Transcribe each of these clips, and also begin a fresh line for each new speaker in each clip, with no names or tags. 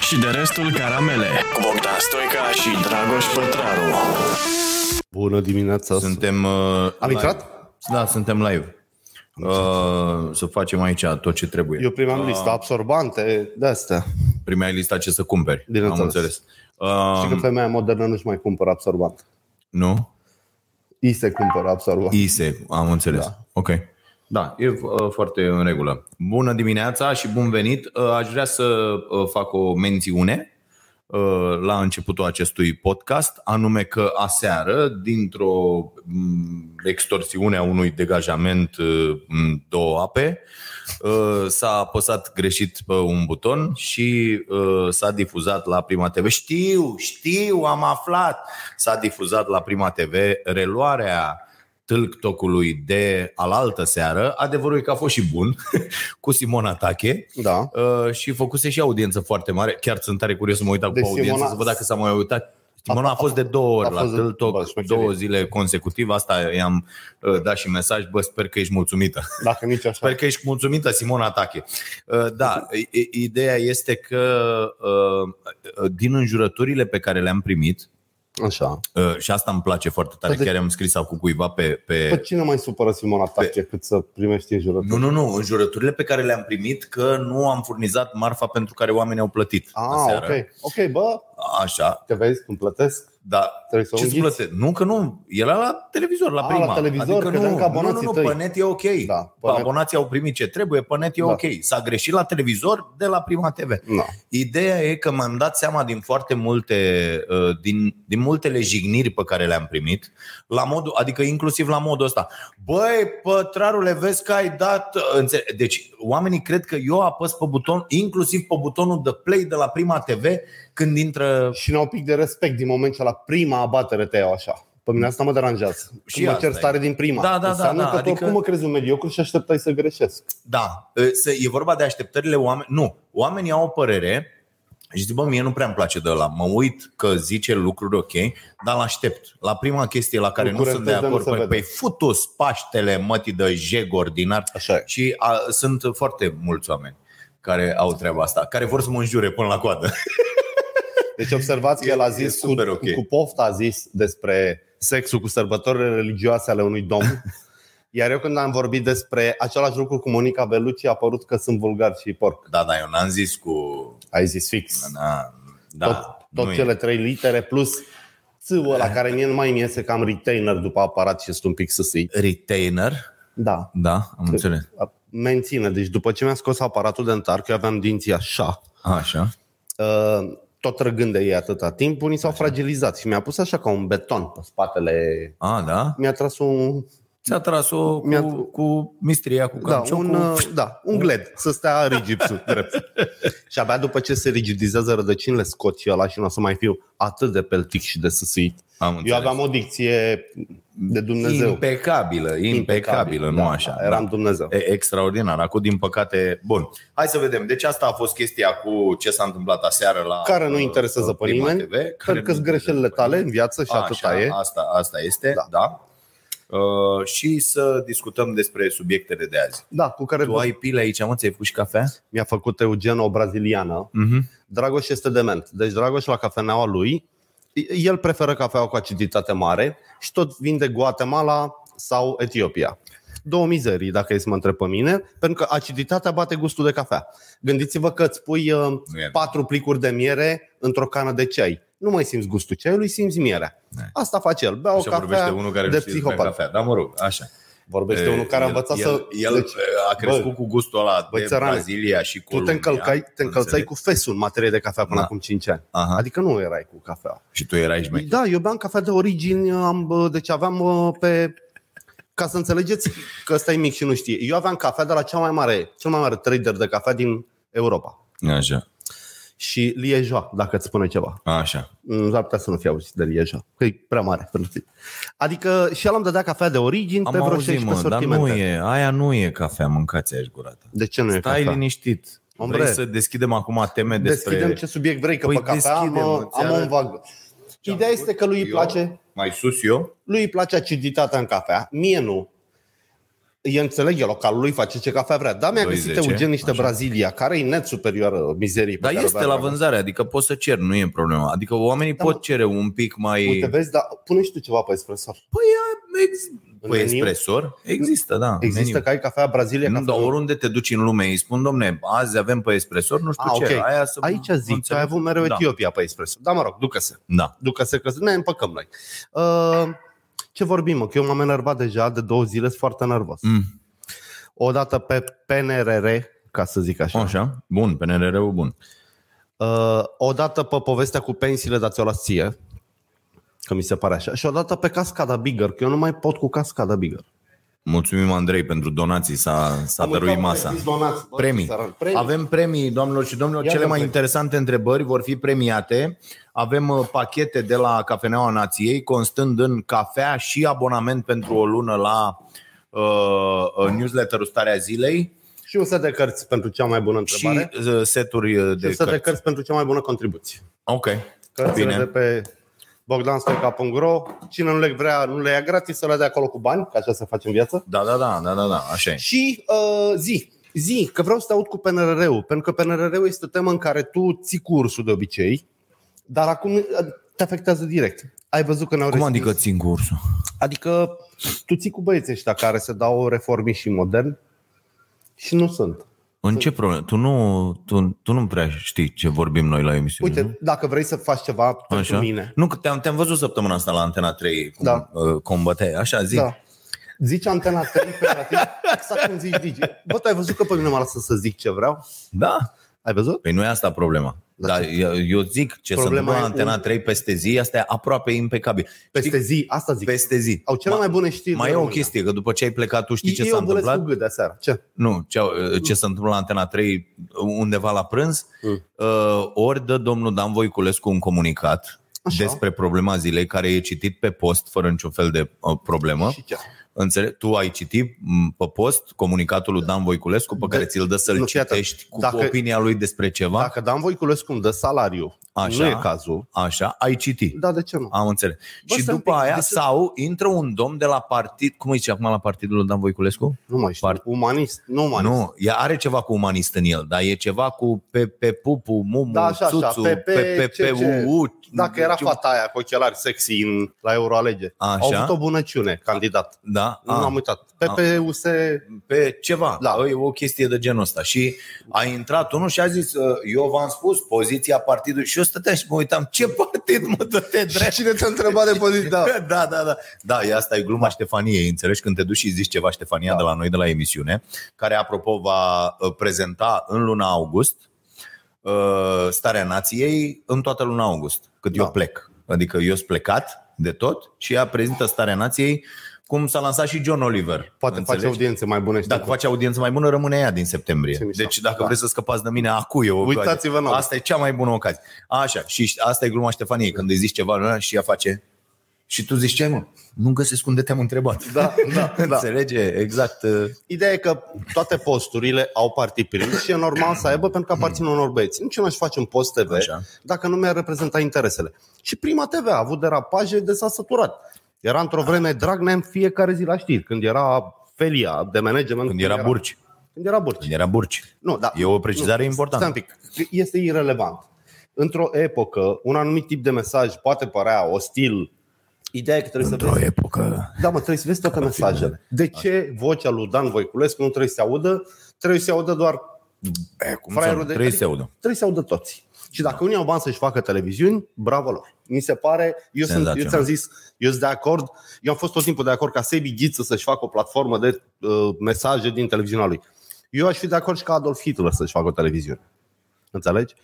și de restul caramele cu Bogdan Stoica și Dragoș Pătraru.
Bună dimineața!
Suntem... Uh,
Am
live.
intrat?
Da, suntem live. Uh, să facem aici tot ce trebuie.
Eu primeam lista absorbante de astea.
Primeai lista ce să cumperi.
Bineînțeles.
Am înțeles.
Știi că
Uh,
femeia modernă nu-și mai cumpără absorbant.
nu?
I se cumpără absorbant.
ISE, am înțeles. Da. Ok. Da, e uh, foarte în regulă. Bună dimineața și bun venit. Uh, aș vrea să uh, fac o mențiune uh, la începutul acestui podcast, anume că aseară, dintr-o m, extorsiune a unui degajament uh, m, două ape, uh, s-a apăsat greșit pe un buton și uh, s-a difuzat la Prima TV. Știu, știu, am aflat! S-a difuzat la Prima TV reluarea tâlc-tocului de alaltă seară. Adevărul e că a fost și bun cu Simona Tache
Da.
uh, și făcuse și audiență foarte mare. Chiar sunt tare curios să mă uit acum
Deci
pe audiență
Simona-
să văd dacă s-a mai uitat. Simona a,
a-
fost de două
a
ori la
fost de- bă,
Tâltoc,
șmecherie.
două zile consecutiv. Asta i-am uh, dat și mesaj. Bă, sper că ești mulțumită.
Dacă nici așa.
Sper că ești mulțumită, Simona Tache. Uh, Da, i- i- ideea este că uh, uh, din înjurăturile pe care le-am primit,
Așa.
uh, și asta îmi place foarte tare,
Păi de- Păi-
chiar am scris acum cuiva pe, pe,
Pe cine mai supără Simona Tache cât să primești în jurături?
Nu, nu, nu. Înjurăturile pe care le-am primit că nu am furnizat marfa pentru care oamenii au plătit.
Ah,
aseară.
ok. Ok, bă,
Așa,
te vezi cum plătesc?
da.
Trebuie să o
Ce să
înghiți?
plătesc? Nu, că nu. Era la televizor, la
Ah,
prima.
la televizor,
adică
credeam
nu,
că
nu, nu,
abonații
nu,
tăi.
pe net e ok.
Da, pe
pe
net.
abonații au primit ce trebuie, pe net e
Da.
ok. S-a greșit la televizor de la prima TV.
Nu.
Ideea e că mi-am dat seama din foarte multe, uh, din, din multele jigniri pe care le-am primit, la modul, adică inclusiv la modul ăsta. Băi, pătrarule, vezi că ai dat... înțe- Deci oamenii cred că eu apăs pe buton, inclusiv pe butonul de play de la Prima TV când intră...
Și n-au pic de respect din moment ce la prima abatere te iau așa. Pe mine asta mă deranjează.
Și
Și mă
asta
cer
e.
stare din prima.
Da, da, da,
Înseamnă
da,
că tu
adică-
oricum mă crezi un mediocru și așteptai să greșesc.
Da, uh, să- e vorba de așteptările oameni. Nu, oamenii au o părere și zic, bă, mie nu prea îmi place de la. Mă uit că zice lucruri ok, dar l-aștept. La prima chestie la care
Nu
nu sunt de
curentez, dar nu
acord,
se
păi,
vede.
păi futus paștele mătii de jeg ordinar.
Așa e.
Și a, sunt foarte mulți oameni care au treaba asta, care vor să mă înjure până la coadă.
Deci observați că el a
E-
zis,
e super
cu,
ok.
cu pofta a zis despre sexul cu sărbătorile religioase ale unui domn. Iar eu când am vorbit despre același lucru cu Monica Bellucci, a părut că sunt vulgar și porc.
Da, da, eu n-am zis cu...
Ai zis fix.
Na, da,
Tot,
nu
tot
e.
cele trei litere plus țâul la care mie nu mai mi iese cam retainer după aparat și sunt un pic susit.
Retainer,
Da.
da, am înțeles.
Menține. Deci după ce mi-a scos aparatul dentar, că eu aveam dinții așa,
Așa.
uh, tot răgând de ei atâta timp, unii s-au fragilizat și mi-a pus așa ca un beton pe spatele
A, da?
mi-a tras un,
Ți-a tras-o
Mi-a-
cu, cu mistria, cu
da,
canciucul.
un, uh, da, un gled, să stea rigid sub drept. și abia după ce se rigidizează rădăcinile scot și ăla și nu o să mai fiu atât de peltic și de susuit.
Am
Eu
înțeles.
aveam o dicție de Dumnezeu.
Impecabilă, impecabilă, nu
da,
așa.
da, Eram
da.
Dumnezeu.
E, extraordinar. Acum, din păcate, bun. Hai să vedem. Deci asta a fost chestia cu ce s-a întâmplat aseară la
Care nu
uh,
interesează pe
Prima
nimeni,
TV, care
Pentru
nu
că sunt greșelile
interesează pe
tale în
nimeni.
viață și atâta
Așa,
e.
Asta, asta este,
Da.
da. da. Uh, și să discutăm despre subiectele de azi.
Da, cu care
Tu ai pile aici, mă, ți-ai pus și cafea?
mi-a făcut Eugen o braziliană.
Mm-hmm.
Dragoș este dement. Deci Dragoș la cafeneaua lui, el preferă cafeaua cu aciditate mare și tot vinde Guatemala sau Etiopia. Două mizerii, dacă e să mă întreb pe mine, pentru că aciditatea bate gustul de cafea. Gândiți-vă că îți pui uh,
Nu e.
patru plicuri de miere într-o cană de ceai. Nu mai simți gustul ceaiului, simți mierea.
Da.
Asta face el. Bea o
Așa vorbește
cafea
unul care
de
nu știe să bea
psihopat.
cafea. Da, mă rog, așa.
Vorbește
E,
unul care a
el-
învățat
el,
să...
El
deci,
a crescut cu gustul ăla
băi,
de
țărane,
Brazilia și
tu te
Columbia.
încălcai, te încălțai
Înțeleg.
cu fesul în materie de cafea până
Da.
acum 5 ani.
Aha.
Adică nu erai cu cafea.
Și tu erai șmecher.
Da, eu beam cafea de origini, am, bă, deci aveam bă, pe... Ca să înțelegeți că ăsta e mic și nu știe. Eu aveam cafea de la cea mai mare, cel mai mare trader de cafea din Europa.
Așa,
Și Lieja, dacă îți spune ceva.
așa.
Mm, S-ar putea să nu fi auzit de Lieja, că e prea mare pentru tine. Adică și el am dădea cafea de origini pe
Am
vreo
auzit,
16
mă, dar nu
sortimente.
e, aia nu e cafea, mâncați aici gurata.
De ce nu e
Stai
cafea?
liniștit.
Ombre.
Vrei să deschidem acum teme despre...
Deschidem ce subiect vrei, că
Păi
pe cafea am,
deschidem,
uh,
îți
am un
arăt.
vag.
Ce-am
Ideea
făcut?
este că lui îi
Eu-
place
Mai sus eu?
lui îi place aciditatea în cafea, mie nu. e înțeleg, el localul lui face ce cafea vrea. Da, mi-a găsit
2,10,
Eugen niște
așa.
Brazilia, care e net superioară mizeriei. pe
Dar
care o
este
bea
la
acolo.
vânzare, adică poți să cer, nu e problema. Adică oamenii
Da, mă.
pot cere un pic mai... Păi,
Uite, vezi, dar pune și tu ceva pe espresso.
Ex-
În
Păi
meniu?
espresor? Există, da.
Există
meniu.
că ai cafea Brazilia,
Nu,
cafea
dar oriunde te duci în lume, îi spun, domne, azi avem pe espresor, nu știu
Ah,
ce.
ok.
Aia să
Aici zic că ai avut mereu
da.
Etiopia pe espresso. Da, mă rog, ducă-se.
Da.
Ducă-se că ne împăcăm noi. Uh, ce vorbim, mă? Că eu m-am enervat deja de două zile, sunt foarte nervos.
Mm.
Odată pe PNRR, ca să zic așa.
Așa, bun, PNRR-ul bun.
Uh, odată pe povestea cu pensiile, dați-o la ție, că mi se pare așa. Și odată pe cascada Bigger, că eu nu mai pot cu cascada Bigger.
Mulțumim, Andrei, pentru donații, s-a, s-a dăruit masa. Premii. Avem premii, doamnelor și domnilor.
Ia
Cele
dăm
mai
premii.
interesante întrebări vor fi premiate. Avem uh, pachete de la Cafeneaua Nației, constând în cafea și abonament pentru o lună la uh, uh, newsletterul Starea Zilei
Și un set de cărți pentru cea mai bună întrebare.
și uh, seturi uh,
Și un
de
set de
cărți.
cărți pentru cea mai bună contribuție.
Ok.
Cărțile
Bine.
de pe bogdanstoica.ro Cine nu le vrea, nu le ia gratis, să le dea acolo cu bani, că așa se face în viață.
Da, da, da, da, da, da, așa e.
Și uh, zi, zi, că vreau să te aud cu PNRR-ul, pentru că PNRR-ul este o temă în care tu ții cursul de obicei, dar acum uh, te afectează direct. Ai văzut că ne-au
Cum
respins?
adică țin cursul?
Adică tu ții cu băieții ăștia care se dau reformi și modern și nu sunt.
În ce problemă? Tu nu, tu, tu nu prea știi ce vorbim noi la emisiune,
Uite,
nu?
dacă vrei să faci ceva pentru
Mhm. Așa.
mine,
Nu, că te-am, te-am văzut săptămâna asta la Antena 3 cum
Da.
da. combăteai. Așa, zic.
Da. Zici antena 3 pe gratis, exact cum zici Digi. Bă, tu ai văzut că pe mine mă lasă să zic ce vreau?
da.
Ai văzut?
Păi nu e asta problema.
Dar
Dar
ce?
eu, eu zic ce
Problema
se întâmplă la
e
Antena
un-
3 peste zi, asta e aproape impecabil.
Peste zi, asta zic.
Peste zi.
Au cele
Ma-
mai bune da. știri.
Mai
din
e o
România.
chestie, că după ce ai plecat tu știi ce
Eu
s-a
bolesc
întâmplat?
cu gât de seară. Ce?
Nu, ce, ce se întâmplă la Antena 3 undeva la prânz,
Mm.
uh, ori dă domnul Dan Voiculescu un comunicat
Așa.
despre problema zilei care e citit pe post fără niciun fel de uh, problemă.
Și ce?
Înțeleg? Tu ai citit m, pe post comunicatul lui Dan Voiculescu pe care
De-
ți-l dă să-l
Da. nu, fii atent.
citești cu
Dacă-
opinia lui despre ceva.
Dacă Dan Voiculescu îmi dă salariu,
Așa.
nu e cazul,
Așa, ai citit.
da, de ce nu?
Am înțeles.
Bă,
și
să-mi
după
pic-
aia,
de ce-
sau intră un domn de la partid, cum îi zice acum la partidul lui Dan Voiculescu?
Nu mai știu.
Par-
Umanist, nu umanist.
Nu, ea are ceva cu umanist în el, dar e ceva cu pe, pe pupu, mumu,
Da, așa, așa,
țuțu,
PP,
pe, pe,
CC.
uu.
Dacă era fata aia cu ochelari sexy în, la Euroalege,
deci Așa.
au avut o bunăciune candidat.
Da,
Nu am
a,
uitat. PPUS,
pe ceva,
Da.
da. e o chestie de genul ăsta. Și a intrat unul și a zis, "Uh, eu v-am spus poziția partidului și eu stăteam și mă uitam, ce partid mă dă-te drept?
cine te-a întrebat de poziție? Da.
da, da, da. Da, e asta e gluma Ștefaniei, înțelegi? Când te duci și zici ceva Ștefania
Da.
da. de la noi, de la emisiune, care, apropo, va uh, prezenta în luna august uh, Starea Nației în toată luna august, cât
Da.
da. eu plec. Adică eu sunt plecat de tot și ea prezintă Starea Nației cum s-a lansat și John Oliver.
Poate face audiențe mai bune. știi
Dacă
cum.
face audiență mai bună, rămâne ea din
Ce
septembrie.
mișto.
Deci dacă
Da.
da. vreți să scăpați de mine, acu e o ocazie.
Uitați-vă nouă.
Asta e cea mai bună ocazie. Așa, și asta e gluma Ștefaniei, când îi zici ceva lui ăla și ea face... Și tu zici, ce mă? Nu găsesc unde te-am întrebat.
Da, da, da.
Înțelege? Exact. uh,
Ideea e că toate posturile au partii prinși și e normal să aibă pentru că aparțin unor băieți. Nici eu n-aș face un post TV
Hmm. Așa.
dacă nu mi-ar reprezenta interesele. Și prima TV a avut derapaje de s-a săturat. Era într-o vreme Dragnea în fiecare zi la știri, când era felia de management.
Când era Burci.
Când era burci.
Când era Burci.
Nu, da,
E o precizare importantă.
Stai un pic. Este irelevant. Într-o epocă, un anumit tip de mesaj poate părea ostil. Ideea e că trebuie să
Într-o
vezi
epocă...
da, mă, trebuie să vezi toate mesajele. De ce vocea lui Dan Voiculescu nu trebuie să se audă? Trebuie să se audă doar,
E, cum să
Fraierul
nu?
de-
Trebuie să se audă.
trebuie să se audă toți. Și dacă unii au bani să-și facă televiziuni, bravo lor. Mi se pare, eu, sunt, eu
Senzațional.
ți-am zis, eu sunt de acord, eu am fost tot timpul de acord ca Sebi Ghiță să-și facă o platformă de uh, mesaje din televiziunea lui. Eu aș fi de acord și ca Adolf Hitler să-și facă o televiziune. Înțelegi?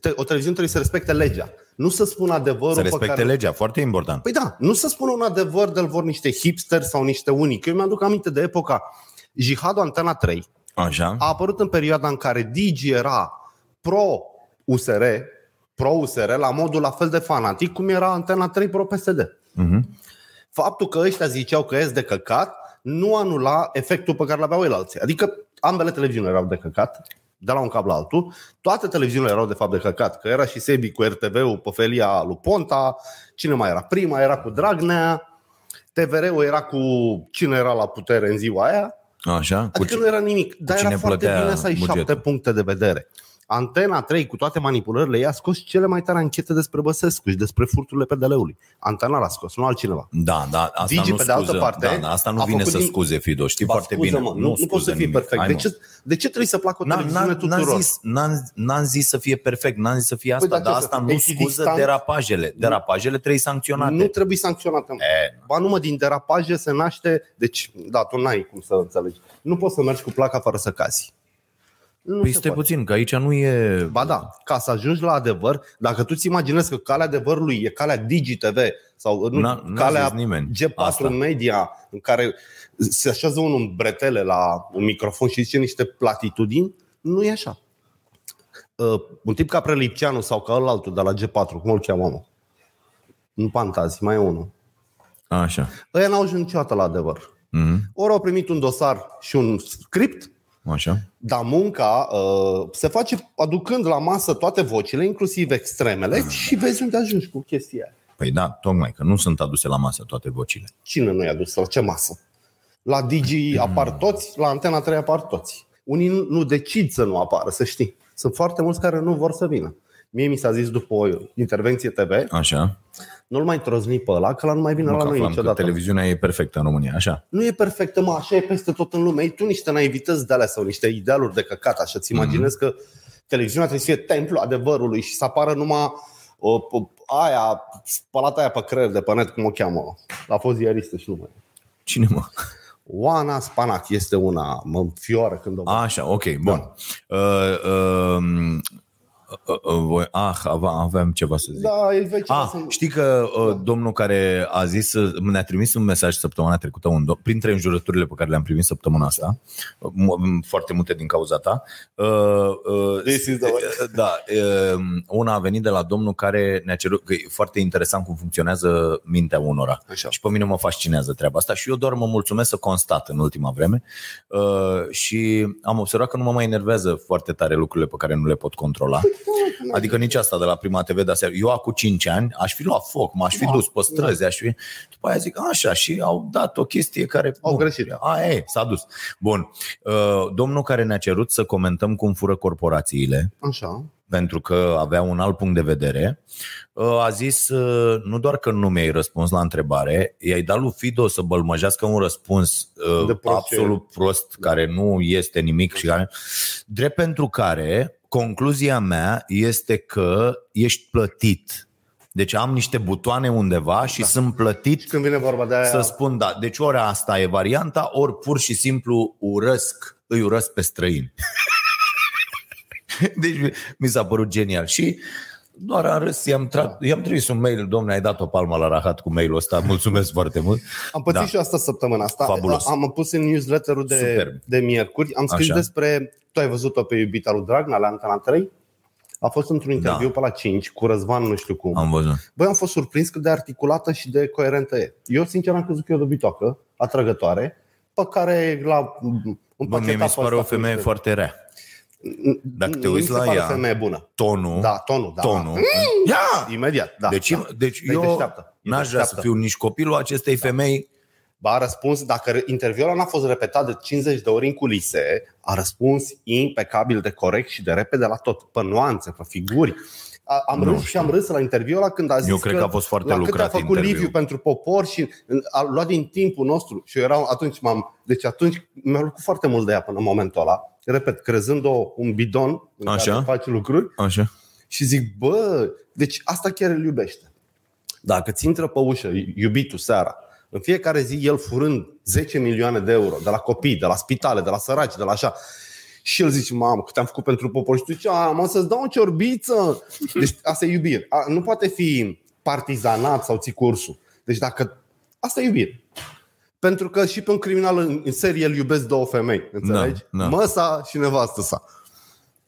Te- O televiziune trebuie să respecte legea. Nu să spună adevărul
Să
pe
respecte
Păi, care...
legea, foarte important.
Păi da, nu să spună un adevăr de-l vor niște hipster sau niște unii. Că eu mi-aduc aminte de epoca Jihadul Antena 3
Așa.
a apărut în perioada în care Digi era pro-USR, pro-USR la modul la fel de fanatic cum era Antena 3 pro-PSD.
Mhm.
Faptul că ăștia ziceau că ești de căcat nu anula efectul pe care l-aveau ei la alții. Adică ambele televiziuni erau de căcat, de la un cap la altul. Toate televiziunile erau de fapt de căcat, că era și Sebi cu RTV-ul pe felia lui Ponta, cine mai era prima, era cu Dragnea, TVR-ul era cu cine era la putere în ziua aia.
Așa? Cu
Adică
ce-
nu era nimic, dar
cine
era foarte
plătea
bine să ai
bugetul?
șapte puncte de vedere. Antena 3, cu toate manipulările, i-a scos cele mai tare anchete despre Băsescu și despre furturile PDL-ului. Antena l-a scos, nu altcineva.
Da, da, asta
Digi,
nu
pe de altă
scuză.
parte,
da, da, asta nu
a
vine
făcut
să
din-
scuze, Fido, știi
Ba,
foarte
scuză-mă,
bine.
Nu, nu poți
scuză
să fii
nimic.
perfect.
Hai,
De
mă.
ce, de ce trebuie să placă o
N-am,
televiziune
n-am, n-am,
tuturor?
zis, n-am, n-am zis să fie perfect, n-am zis să fie asta,
Păi,
păi,
dar
dar
ce să
asta
fie?
nu scuză
Echidistant?
derapajele. Derapajele trebuie sancționate.
Nu trebuie sancționată. mă.
E,
Ba nu mă, din derapaje se naște, deci, da, tu n-ai cum să înțelegi. Nu poți să mergi cu placa fără să cazi. Nu
păi
se
stai
poate.
puțin, că aici nu e...
Ba da, ca să ajungi la adevăr, dacă tu ți imaginezi că calea adevărului e calea DigiTV sau nu,
N-a- n-a
calea
zis nimeni
G4
asta.
Media, în care se așează unul în bretele la un microfon și zice niște platitudini, nu e așa. Uh, un tip ca Prelipceanu sau ca altul de la G4, cum îl cheamă, mă? Nu Pantazi, mai e unul.
Așa.
Ăia n-au ajuns niciodată la adevăr.
Mhm.
Ori au primit un dosar și un script,
Așa.
dar munca uh, se face aducând la masă toate vocile, inclusiv
Ah.
extremele, și vezi unde ajungi cu chestia aia.
Păi da, tocmai că nu sunt aduse la masă toate vocile.
Cine nu i-a dus? La ce masă? La Digi apar
Hmm.
toți, la Antena 3 apar toți. Unii nu, nu decid să nu apară, să știi. Sunt foarte mulți care nu vor să vină. Mie mi s-a zis după o intervenție TV,
Așa.
nu-l mai trozni pe ăla, că la nu mai vine
Nu
la
că
noi
aflam că
niciodată.
televiziunea e perfectă în România. Așa.
nu e perfectă, mă, așa e peste tot în lume. Ei tu niște naivități de alea sau niște idealuri de căcat, așa. Ți imaginezi că televiziunea trebuie să fie templu adevărului și să apară numai o, o, aia, spalata aia pe creier de pe net, cum o cheamă. A fost ziaristă și nu mai. e.
Cine mă?
Oana Spanac este una, mă înfioră când o văd.
Așa, ok,
Da.
bun. Uh, uh, uh, uh, voi- ah, ava- aveam ceva să zic.
Da, e veci.
Ah, știi că uh, domnul care a zis, uh, ne-a trimis un mesaj săptămâna trecută, un dom- printre înjurăturile pe care le-am primit săptămâna asta, uh, m- foarte multe din cauza ta, uh, uh,
This is the way.
uh, da, uh, una a venit de la domnul care ne-a cerut, că e foarte interesant cum funcționează mintea unora.
Așa.
Și pe mine mă fascinează treaba asta și eu doar mă mulțumesc să constat în ultima vreme uh, și am observat că nu mă mai enervează foarte tare lucrurile pe care nu le pot controla. Adică nici asta de la Prima TV de aseară. Eu acum 5 ani aș fi luat foc, m-aș fi dus pe străzi, aș fi... După aia zic așa și au dat o chestie care...
Au
Bun.
greșit.
A, e, s-a dus. Bun. Uh, Domnul care ne-a cerut să comentăm cum fură corporațiile,
Așa.
pentru că avea un alt punct de vedere, uh, a zis uh, nu doar că nu mi-ai răspuns la întrebare, i-ai dat lui Fido să bălmăjească un răspuns uh,
De prost
absolut prost, care nu este nimic și care... Drept pentru care concluzia mea este că ești plătit. Deci am niște butoane undeva și da. sunt plătit
Când vine vorba de aia,
să spun da. Deci ori asta e varianta, ori pur și simplu urăsc, îi urăsc pe străini. Deci mi s-a părut genial și doar am râs, i-am, tra-
Da.
i-am trimis un mail, domne, ai dat o palmă la rahat cu mailul ăsta, mulțumesc foarte mult.
Am pățit
Da.
da. și eu asta săptămâna asta.
Fabulos.
Am pus în newsletterul
Superb.
de, de miercuri. Am scris
Așa.
Așa. despre... Tu ai văzut-o pe iubita lui Dragnea la Antena 3? A fost într-un interviu
Da.
pe la 5 cu Răzvan, nu știu cum.
Am văzut.
Băi, am fost surprins cât de articulată și de coerentă e. Eu, sincer, am crezut că e o dobitoacă, atrăgătoare, pe care la un
Bă, mie mi se pare o femeie foarte rea. Dacă te uiți la
o
ea,
femeie bună.
tonul,
Da, tonul, da.
tonul, ia!
Imediat, da.
Deci,
da.
deci
E
eu
deșteaptă. E
n-aș vrea să
deșteaptă. Da.
fiu nici copilul acestei femei,
Ba, a răspuns, dacă interviul ăla n-a fost repetat de 50 de ori în culise, a răspuns impecabil de corect și de repede la tot, pe nuanțe, pe figuri. A- Am
Nu
râs
știu.
și am râs la interviul ăla când a zis
Eu cred că a fost foarte
la cât
lucrat
a făcut
interviul.
Liviu pentru popor și în- a luat din timpul nostru. Și eu eram atunci, m-am, deci atunci mi-a plăcut foarte mult de ea până în momentul ăla. Repet, crezând-o un bidon în
Așa.
care faci lucruri
așa,
și zic, bă, deci asta chiar îl iubește. Dacă ți intră pe ușă iubitul seara, în fiecare zi el furând 10 milioane de euro de la copii, de la spitale, de la săraci, de la așa, și el zice, mamă, cât am făcut pentru popor și tu zici, a, mă, să-ți dau o ciorbiță. Deci asta e iubire. A, nu poate fi partizanat sau ții cursul. Deci dacă... Asta e iubire. Pentru că și pe un criminal în, în serie îl iubesc două femei, înțelegi?
Da, da.
Măsa și nevastă sa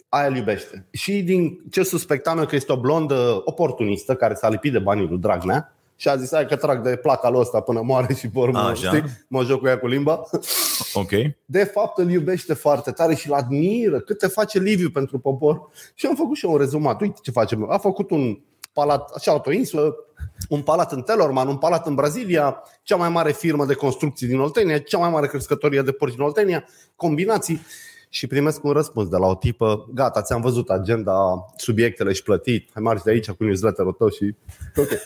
aia îl iubește. Și din ce suspectam eu că este o blondă oportunistă care s-a lipit de banii lui Dragnea și a zis, hai că trag de placa lui ăsta până moare și pe urmă,
Așa.
știi, mă joc cu ea cu limba.
ok.
De fapt îl iubește foarte tare și îl admiră cât te face Liviu pentru popor. Și am făcut și eu un rezumat, uite ce facem. A făcut un palat, așa, o insulă, un palat în Telorman, un palat în Brazilia, cea mai mare firmă de construcții din Oltenia, cea mai mare crescătorie de porci din Oltenia, combinații. Și primesc un răspuns de la o tipă, gata, ți-am văzut agenda, subiectele și plătit, hai marci de aici cu newsletter-ul tău și... Okay.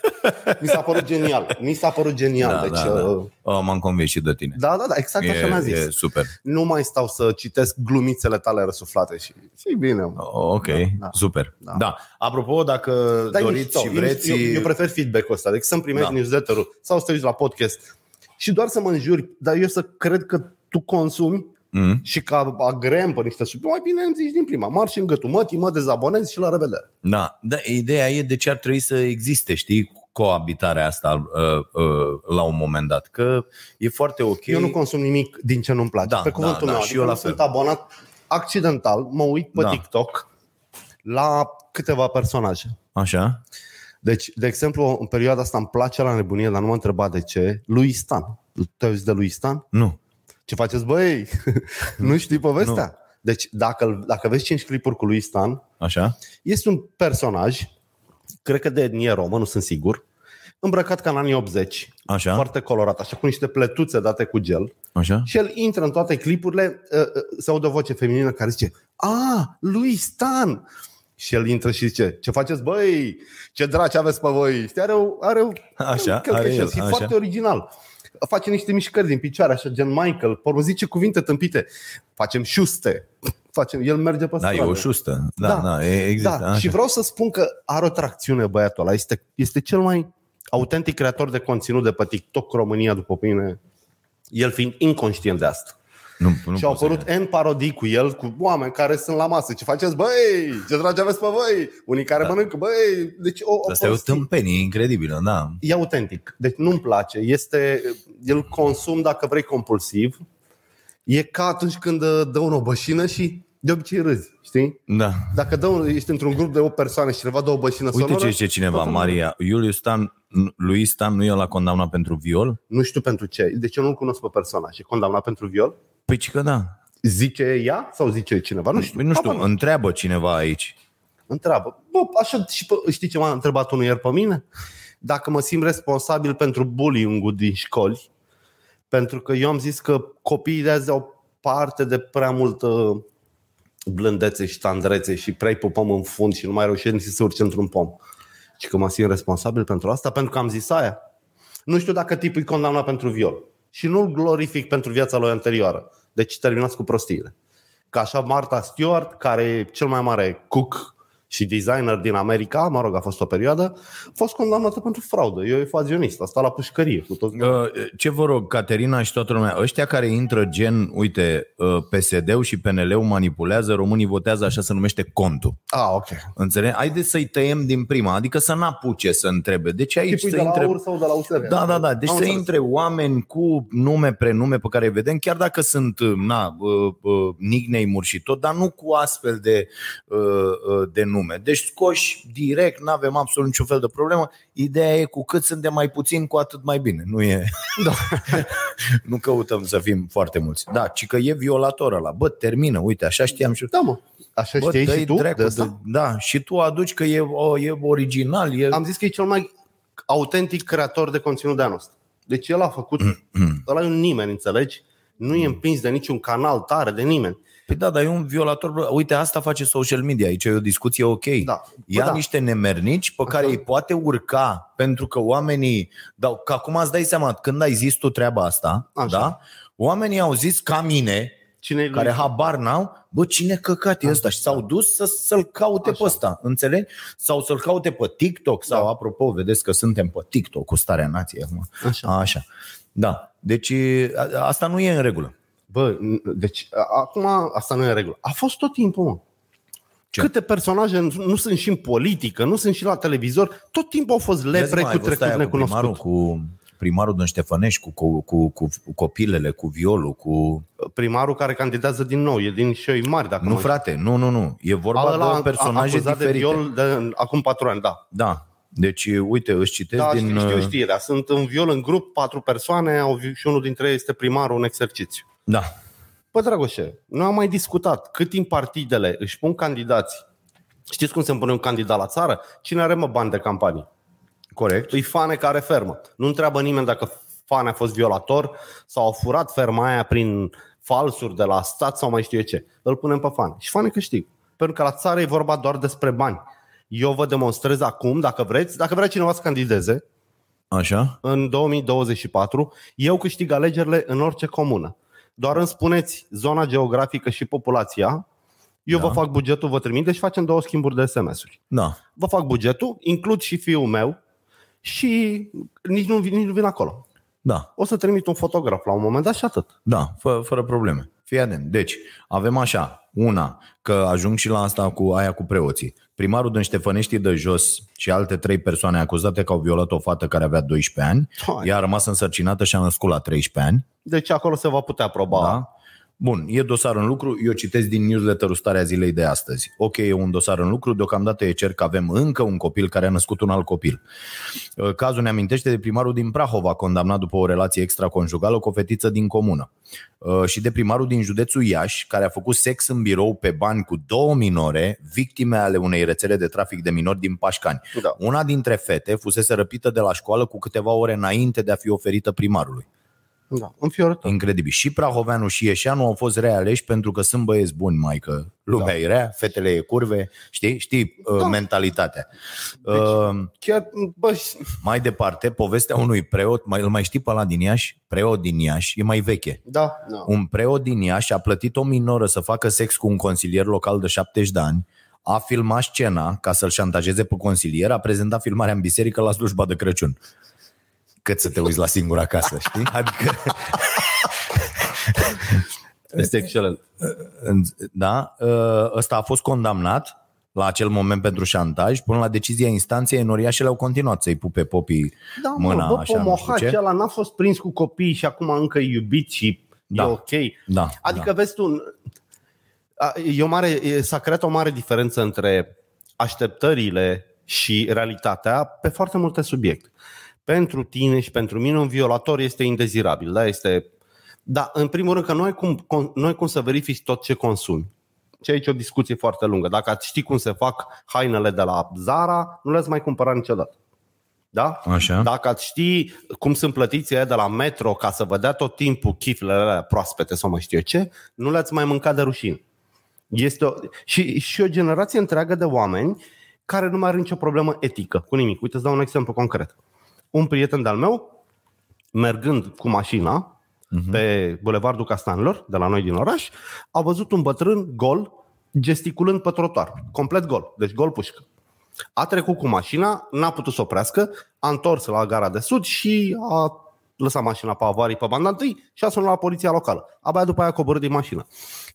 Mi s-a părut genial, mi s-a părut genial.
Da,
deci,
da, da.
uh,
Uh, m-am convins și de tine.
da, da, da, exact așa mi-a zis.
e super.
Nu mai stau să citesc glumițele tale răsuflate și, și bine. mă.
O, Ok, da,
da.
da. super.
Da.
Da. da. Apropo, dacă
Dar e
doriți și
mișto.
vreți...
Eu, eu, eu prefer feedback-ul ăsta, deci să-mi primești da.
Da.
newsletter-ul sau să te uiți la podcast și doar să mă înjuri, dar eu să cred că tu consumi
Mm.
și ca agrem pe niște sub, mai bine îmi zici din prima, marci în gâtul mătii, mă dezabonez și la revedere.
Da, da, ideea e de ce ar trebui să existe, știi, coabitarea asta uh, uh, la un moment dat. Că e foarte ok.
Eu nu consum nimic din ce nu-mi place.
Da,
pe cuvântul
da,
meu,
da,
adică
și eu la
nu
fel.
sunt abonat accidental, mă uit pe da.
Da.
TikTok la câteva personaje.
Așa?
Deci, de exemplu, în perioada asta îmi place la nebunie, dar nu mă întreba de ce, lui Stan. Te auzi de lui Stan?
Nu.
Ce faceți, băi? nu știi povestea? Nu. Deci, dacă, dacă vezi 5 clipuri cu lui Stan,
Așa?
este un personaj, cred că de etnie romă, nu sunt sigur, îmbrăcat ca în anii 80,
Așa?
foarte colorat, așa cu niște pletuțe date cu gel.
Așa?
Și el intră în toate clipurile, uh, uh, se aude o voce feminină care zice A, lui Stan! Și el intră și zice, ce faceți băi? Ce draci aveți pe voi? Știi, are, o- are, o-
Așa,
un
are
călcășel
el,
și
așa.
foarte original. Face niște mișcări din picioare, așa, gen Michael, pe urmă zice cuvinte tâmpite. Facem șuste. Facem, el merge pe
Da,
stradă.
e o șustă. Da, da, da e- există.
Da.
așa.
Și vreau să spun că are o tracțiune băiatul ăla. Este, este cel mai autentic creator de conținut de pe TikTok România, după mine, el fiind inconștient de asta.
nu, nu
și au
pot să
apărut N parodii cu el, cu oameni care sunt la masă. Ce faceți, băi? Ce dragi aveți pe voi? Unii care da.
Da.
mănâncă, băi? Deci o, o
Asta e o
prostie.
tâmpenie incredibilă, da.
E autentic. Deci nu-mi place. Este, el consum, dacă vrei, compulsiv. E ca atunci când uh, dă un o bășină și de obicei râzi, știi?
Da.
Dacă dă un, ești într-un grup de 8 persoane și cineva dă o bășină
Uite
sonoră,
ce zice cineva,
toată lumea-
Maria. Iulius Stan, lui Stan nu e la condamnat pentru viol?
Nu știu pentru ce. Deci eu nu-l cunosc pe personaj. E condamnat pentru viol?
Păi ci că da.
Zice ea sau zice cineva? Nu știu.
Păi nu știu,
Habar n-am.
întreabă cineva aici.
Întreabă. Bă, așa și pe, știi ce m-a întrebat unul ieri pe mine? Dacă mă simt responsabil pentru bullying-ul din școli, pentru că eu am zis că copiii de azi au parte de prea multă blândețe și tandrețe și prea îi pupăm în fund și nu mai reușesc nici să se urce într-un pom. Și că mă simt responsabil pentru asta pentru că am zis aia. Nu știu dacă tipul e condamnat pentru viol. Și nu-l glorific pentru viața lui anterioară. Deci terminați cu prostiile. Ca așa Martha Stewart, care e cel mai mare cook și designer din America, mă rog, a fost o perioadă, a fost condamnată pentru fraudă. E o evazionistă, a stat la pușcărie cu toți
Uh, Ce vă rog, Caterina și toată lumea, ăștia care intră gen, uite, uh, PSD-ul și PNL-ul manipulează, românii votează așa se numește contul.
Ah, ok.
Înțelegi? Haideți să-i tăiem din prima, adică să n-apuce să întrebe. Deci aici
Tipul
să
de la
intre...
AUR sau de la USR.
Da, da, da. Deci
Am
să
înțeles.
intre oameni cu nume, prenume pe care îi vedem, chiar dacă sunt na, uh, uh, nickname-uri și tot, dar nu cu astfel de, uh, uh, de nume. Deci scoși direct, nu avem absolut niciun fel de problemă. Ideea e cu cât suntem mai puțini, cu atât mai bine. Nu e. Da. nu căutăm să fim foarte mulți. Da, ci că e violator ăla. Bă, termină, uite, așa știam și eu.
Da, mă. Așa
Bă,
știi și
dă-i
tu?
dracu
de asta?
de- da, și tu aduci că e, o, e original, e
Am zis că e cel mai autentic creator de conținut de anul ăsta. Deci el a făcut,
Mm,
ăla e un nimeni, înțelegi? Nu e împins de niciun canal tare, de nimeni.
Păi da, dar e un violator. bă. Uite, asta face social media. Aici e o discuție ok.
Da. Bă,
Ia
da.
niște nemernici pe care
Aha.
îi poate urca pentru că oamenii... Da, că acum îți dai seama, când ai zis tu treaba asta,
Așa.
da? oamenii au zis ca mine,
Cine
care habar n-au, bă, cine căcat e ăsta? Și s-au dus să, să-l caute
Da. Așa.
pe ăsta, înțelegi? Sau să-l caute pe TikTok, sau
Da.
apropo, vedeți că suntem pe TikTok cu starea nației acum.
Așa.
Așa. Da. Deci a- asta nu e în regulă.
Bă, n- deci a- acum asta nu e în regulă. A fost tot timpul, mă.
Ce?
Câte personaje nu- nu sunt și în politică, nu sunt și la televizor, tot timpul au fost
Vezi,
lepre
mă, ai văzut
cu trecut
aia
necunoscut.
Cu primarul, cu primarul din Ștefănești, cu, cu, cu, cu, cu copilele, cu violul, cu...
Primarul care candidează din nou, e din șoi mari, dacă
Nu,
mă-
frate, nu, nu, nu. E vorba
Ăla
de personaje
acuzat
diferite.
de viol de, acum patru ani, da.
Da. Deci, uite, îți citesc
Da,
din...
din... știu
uh,
știrea. Sunt în viol în grup, patru persoane au, vi- și unul dintre ei este primarul în exercițiu.
Da.
Pă, Dragoșe, noi am mai discutat cât timp partidele își pun candidați. Știți cum se pune un candidat la țară? Cine are mă bani de campanie?
Corect.
Îi fane care fermă. Nu întreabă nimeni dacă fane a fost violator sau a furat ferma aia prin falsuri de la stat sau mai știu eu ce. Îl punem pe fane. Și fane câștig. Pentru că la țară e vorba doar despre bani. Eu vă demonstrez acum, dacă vreți, dacă vrea cineva să candideze,
Așa?
în 2024, eu câștig alegerile în orice comună. Doar îmi spuneți zona geografică și populația, eu
Da.
da. vă fac bugetul, vă trimit, deci facem două schimburi de SMS-uri.
Da.
Vă fac bugetul, includ și fiul meu și nici nu, vin- nici nu vin acolo.
Da.
O să trimit un fotograf la un moment dat și atât.
Da. Fă, fără probleme. Fii atent. Deci, avem așa. Una, că ajung și la asta cu aia cu preoții. Primarul din Ștefănești de jos și alte trei persoane acuzate că au violat o fată care avea 12 ani.
Hai.
Ea a rămas însărcinată și a născut la 13 ani.
Deci acolo se va putea proba. Da.
Da? Bun, e dosar în lucru, eu citesc din newsletterul Starea Zilei de astăzi. Ok, e un dosar în lucru, deocamdată e cer că avem încă un copil care a născut un alt copil. Uh, Cazul ne amintește de primarul din Prahova, condamnat după o relație extraconjugală cu o fetiță din comună. Uh, Și de primarul din județul Iași, care a făcut sex în birou pe bani cu două minore, victime ale unei rețele de trafic de minori din Pașcani.
Da.
Una dintre fete fusese răpită de la școală cu câteva ore înainte de a fi oferită primarului.
da. Înfiorător.
Incredibil. Și Prahoveanu și Ieșeanu au fost realeși pentru că sunt băieți buni, mai că lumea da. e rea, fetele e curve, știi, știi da. mentalitatea. Deci... Uh,
Chiar, bă, și-
mai departe, povestea unui preot, mai, îl mai știi pe ăla din Iași? Preot din Iași, e mai veche.
da, da.
Un preot din Iași a plătit o minoră să facă sex cu un consilier local de 70 de ani, a filmat scena ca să-l șantajeze pe consilier, a prezentat filmarea în biserică la slujba de Crăciun. Cât să te uiți la singur acasă, știi? Adică...
Este excelent.
În- Da? Ă, Ăsta a fost condamnat la acel moment pentru șantaj, până la decizia instanței, enoriașele au continuat să-i pupe popii
Da,
mâna,
mă, bă,
așa, nu știu
pomohaci
ce.
ăla n-a fost prins cu copii și acum încă e iubit și
Da.
da. e ok.
Da,
Adică,
da.
vezi tu, a- e o mare, e- s-a creat o mare diferență între așteptările și realitatea pe foarte multe subiecte. Pentru tine și pentru mine un violator este indezirabil, da? Este... Dar, în primul rând, că nu ai cum, con- nu ai cum să verifici tot ce consumi. Și aici e o discuție foarte lungă. Dacă ați ști cum se fac hainele de la Zara, nu le-ați mai cumpăra niciodată. Da?
Așa.
Dacă ați ști cum sunt plătiți ăia de la metro ca să vă dea tot timpul chiflele alea proaspete sau mai știu eu ce, nu le-ați mai mâncat de rușine. Este o, și, și o generație întreagă de oameni care nu mai are nicio problemă etică cu nimic. Uite, îți dau un exemplu concret. Un prieten de-al meu, mergând cu mașina pe Bulevardul Castanilor, de la noi din oraș, a văzut un bătrân gol gesticulând pe trotuar. Complet gol, deci gol pușcă. A trecut cu mașina, n-a putut să oprească, a întors la gara de sud și a lăsat mașina pe avarii pe banda întâi și a sunat la poliția locală. Abia după aia a coborât din mașină.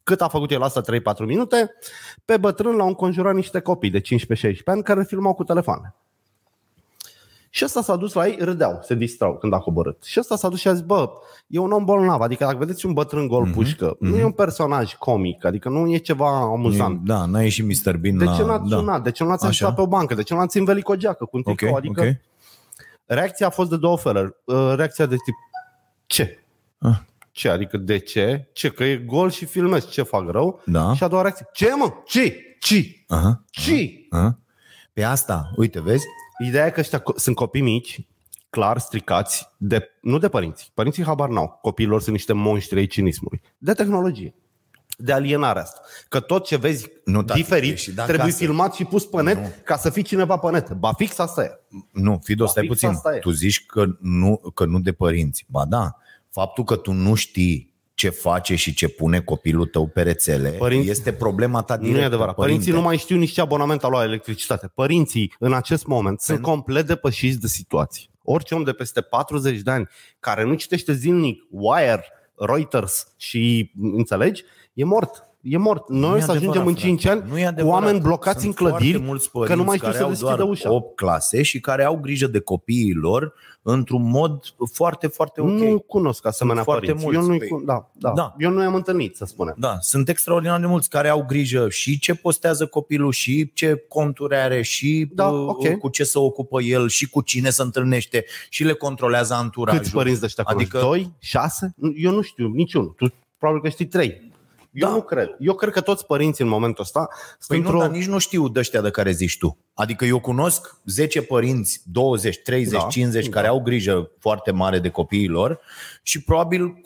Cât a făcut el asta 3-4 minute, pe bătrân l-au înconjurat niște copii de 15-16 ani care filmau cu telefoane. Și ăsta s-a dus la ei, râdeau, se distrau când a coborât. Și ăsta s-a dus și a zis, bă, e un om bolnav, adică dacă vedeți un bătrân gol pușcă, nu e un personaj comic, adică nu e ceva amuzant.
Da, n-a ieșit Mr. Bean
De
la...
ce n-ați
da.
sunat? De ce nu l-ați
Așa.
așezat pe o bancă? De ce nu l-ați învelit cu o geacă, cu un
Ok,
tricou? adică
ok.
reacția a fost de două feluri. Uh, Reacția de tip, ce?
Ah.
Ce? Adică de ce? Ce? Că e gol și filmez. Ce fac rău?
Da.
Și a doua reacție, ce mă? Ce? Ce?
Aha,
Ce?
aha. Pe asta, uite, vezi?
Ideea e că ăștia co- sunt copii mici, clar stricați, de, nu de părinți. Părinții habar n-au. Copiilor sunt niște monștri ai cinismului. De tehnologie. De alienarea asta. Că tot ce vezi
Nu,
nu,
tati,
diferit
e și de acasă.
trebuie filmat și pus pe net
Nu.
ca să fii cineva pe net. Ba fix asta e.
Nu, Fido,
Ba,
stai
fix
puțin.
asta e.
Tu zici că nu, că nu de părinți. Ba da, faptul că tu nu știi ce face și ce pune copilul tău pe rețele
Părinți-
este problema ta directă.
Nu e adevărat. Părinții
părinte.
nu mai știu nici ce abonament a luat electricitate. Părinții, în acest
Păi
moment, sunt complet depășiți de situații. Orice om de peste 40 de ani care nu citește zilnic Wire, Reuters și înțelegi, e mort. E mort. Noi
Nu e
să ajungem
adevărat, da.
în 5
frate.
ani
Nu e
cu
adevărat.
oameni blocați
Sunt
în clădiri
foarte mulți
că nu
părinți
mai știu
care
să
au
deschidă
doar
ușa.
8 clase și care au grijă de copiii lor într-un mod foarte, foarte ok.
Nu cunosc asemenea
Sunt foarte
părinți.
mulți,
Eu, nu-i
păi.
cun- da, da.
Da.
Eu nu i-am întâlnit, să spunem.
Da, sunt extraordinar de mulți care au grijă și ce postează copilul, și ce conturi are, și
Da,
uh,
ok.
cu ce se ocupă el, și cu cine se întâlnește, și le controlează anturajul.
Câți părinți de ăștia
Da, Adică-
Adică... Doi? Șase? Eu nu știu, niciunul. Tu probabil că știi trei. Eu
Da.
nu cred. Eu cred că toți părinții în momentul ăsta
Păi
sunt
nu, dar
într-o...
nici nu știu de ăștia de care zici tu. Adică eu cunosc 10 părinți, 20, 30,
Da.
da. 50
Da.
care au grijă foarte mare de copiii lor și probabil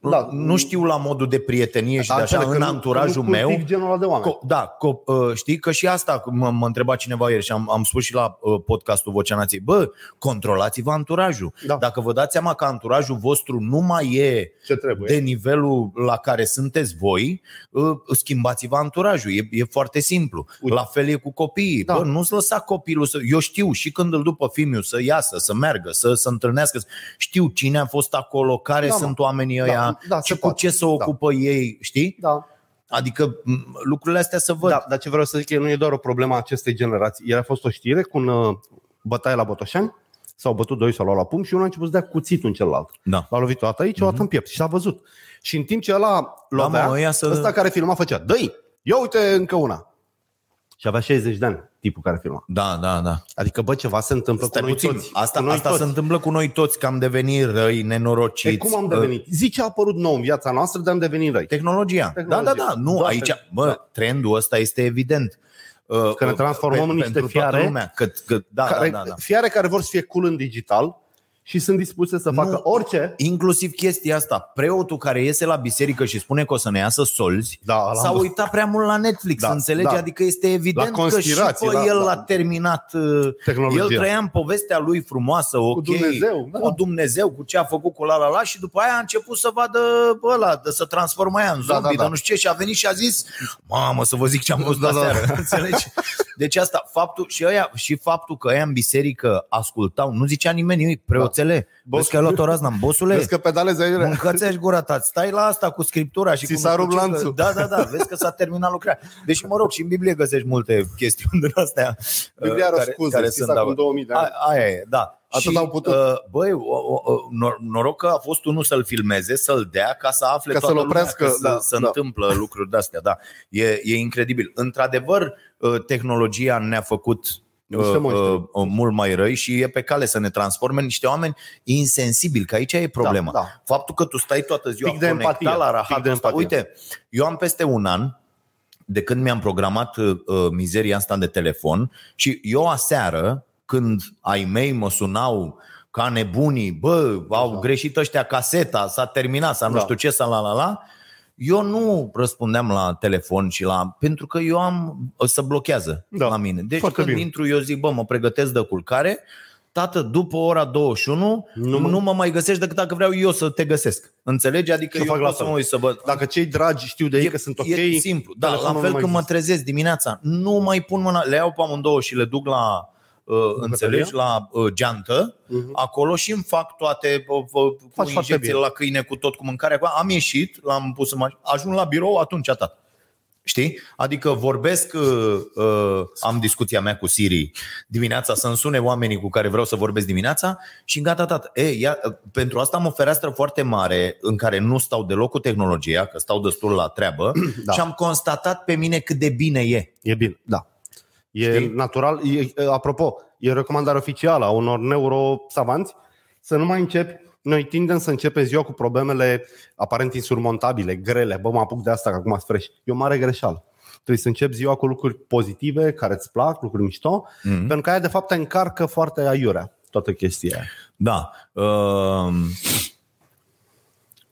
da.
Da.
nu știu la modul de prietenie și de
Altfel,
așa
că
în
nu-
anturajul
că nu
meu.
cultivi genul ăla de oameni.
Co- da, co- ă, știi că și asta mă, mă întreba cineva ieri și am, am spus și la ă, podcastul Vocea Nației. Bă, controlați-vă anturajul.
Da.
Dacă vă dați seama că anturajul vostru nu mai e
Ce trebuie?
de nivelul la care sunteți voi, uh, schimbați-vă anturajul. E, e foarte simplu.
Uite.
La fel e cu copiii. Da.
Da.
Bă, nu-ți lăsa copilul să... Eu știu și când îl după fimiu să iasă, să meargă, să se întâlnească. Știu cine a fost acolo, care da,
Da, mă.
sunt oamenii
Da,
ăia
da,
și
se
cu
poate.
ce se ocupă da. ei, știi?
Da.
Adică m, lucrurile astea se văd.
Da, dar ce vreau să zic e nu e doar o problemă a acestei generații. Ieri a fost o știre cu un uh, bătaie la Botoșani, s-au bătut doi, s-au luat la pumn și unul a început să dea cuțitul în celălalt.
da.
L-a lovit o dată aici, o dată în piept și s-a văzut. Și în timp ce ăla lovea,
Da, mă, ăia să-
ăsta care filma făcea, dă ia uite încă una. Și avea 60 de ani tipul care filma.
Da, da, da.
Adică, bă, ceva se întâmplă
Stai
cu noi
puțin.
toți.
Asta,
cu noi
asta
toți.
se întâmplă cu noi toți, că am devenit răi, nenorociți.
E, cum am
uh,
devenit? Zice a apărut nou în viața noastră, dar am devenit răi.
Tehnologia.
Tehnologia.
Da, da, da. Nu,
Doar
aici,
pe-
bă,
da.
trendul ăsta este evident. Uh,
Că ne
uh,
transformăm în niște
pentru toată
fiare
Lumea, că, că, da,
care,
da, da, da.
Fiare care vor să fie cool în digital și sunt dispuse să facă orice.
Inclusiv chestia asta. Preotul care iese la biserică și spune că o să ne iasă solzi,
Da, ăla
s-a
am-
uitat prea mult la Netflix, da,
Da,
înțelegi? Da.
da.
Adică este evident
La
că și
conspirații,
pe
la-
el
la-
a terminat... uh,
Tehnologia.
El trăia în povestea lui frumoasă, ok,
Dumnezeu, da.
cu, Dumnezeu, cu ce a făcut cu la la la și după aia a început să vadă bă, ăla, de să transformă aia în zombie, da, da, da. nu știu ce și a venit și a zis, mamă, să vă zic ce am văzut da,
Da, da.
aseară, da. înțelegi? Deci asta, faptul și, ăia, și faptul că ăia în biserică ascultau, nu zicea nimeni, ui, preoțele, da. vezi că ai luat o razna, bosule,
Vezi că pedalezi aiurea.
Mâncați-aș gura ta, stai la asta cu scriptura și
Ți
cu nu
s-a
știu
rupt
ce,
lanțul.
că- Da, da, da, vezi că s-a terminat lucrarea. Deci, mă rog, și în Biblie găsești multe chestiuni din astea. uh,
Biblia are scuze, care sunt,
da,
acum 2000 de ani.
a- Aia e, da.
Atât
și,
au putut.
uh, Băi, o, o, o, nor- noroc că a fost unul să-l filmeze, să-l dea, ca să afle
Ca
toată
să-l oprească,
lumea, că
da,
se, se
da.
întâmplă lucruri de-astea, da. E, e incredibil. Într-adevăr, uh, tehnologia ne-a făcut
Niște
uh,
monștri.
uh, mult mai răi și e pe cale să ne transforme în niște oameni insensibili, că aici e problema.
Da, da.
Faptul că tu stai toată ziua
Pic de
conectat
empatie,
la
pic
rahat.
de
ăsta.
empatie.
Uite, eu am peste un an de când mi-am programat uh, uh, mizeria asta de telefon și eu aseară, când ai mei mă sunau ca nebunii, bă, au
Așa.
greșit ăștia caseta, s-a terminat, s-a nu
Da.
știu ce, s-a la la la, eu nu răspundeam la telefon și la... Pentru că eu am... Să blochează da.
Da.
la mine. Deci
Foarte
când
bine.
intru eu zic, bă, mă pregătesc de culcare, tată, după ora 21 nu
Nu
mă,
mă-
nu mă mai găsești decât dacă vreau eu să te găsesc. Înțelegi? Adică
Și
eu
fac la
pot să
fel. Da,
mă uit să văd.
Dacă cei dragi știu de ei că sunt ok,
E simplu. Da, la
telefonul
fel
nu
când mă
mai
trezesc dimineața, nu mai pun mâna, le iau pe amândouă și le duc la, uh, înțelegi, la uh, geantă,
Mhm.
acolo și îmi fac toate uh, uh, cu
foarte
injecțiile
bine.
la câine, cu tot, cu mâncarea. cu- Am ieșit, l-am pus în mașină, ajung la birou, atunci atat. Știi? Adică vorbesc, uh, uh, am discuția mea cu Siri dimineața, să-mi sune oamenii cu care vreau să vorbesc dimineața și gata, tata. E, ia, pentru asta am o fereastră foarte mare în care nu stau deloc cu tehnologia, că stau destul la treabă da.
Da.
și am constatat pe mine cât de bine e.
E bine, da. E
Știi?
natural. E, apropo, e recomandare oficială a unor neurosavanți să nu mai începi noi tindem să începem ziua cu problemele aparent insurmontabile, grele. Bă, mă apuc de asta, că acum sunt fresh. E o mare greșeală. Trebuie să începi ziua cu lucruri pozitive, care îți plac, lucruri mișto,
Mhm.
mm-hmm. pentru că aia, de fapt, te încarcă foarte aiurea toată chestia aia.
Da. Uh,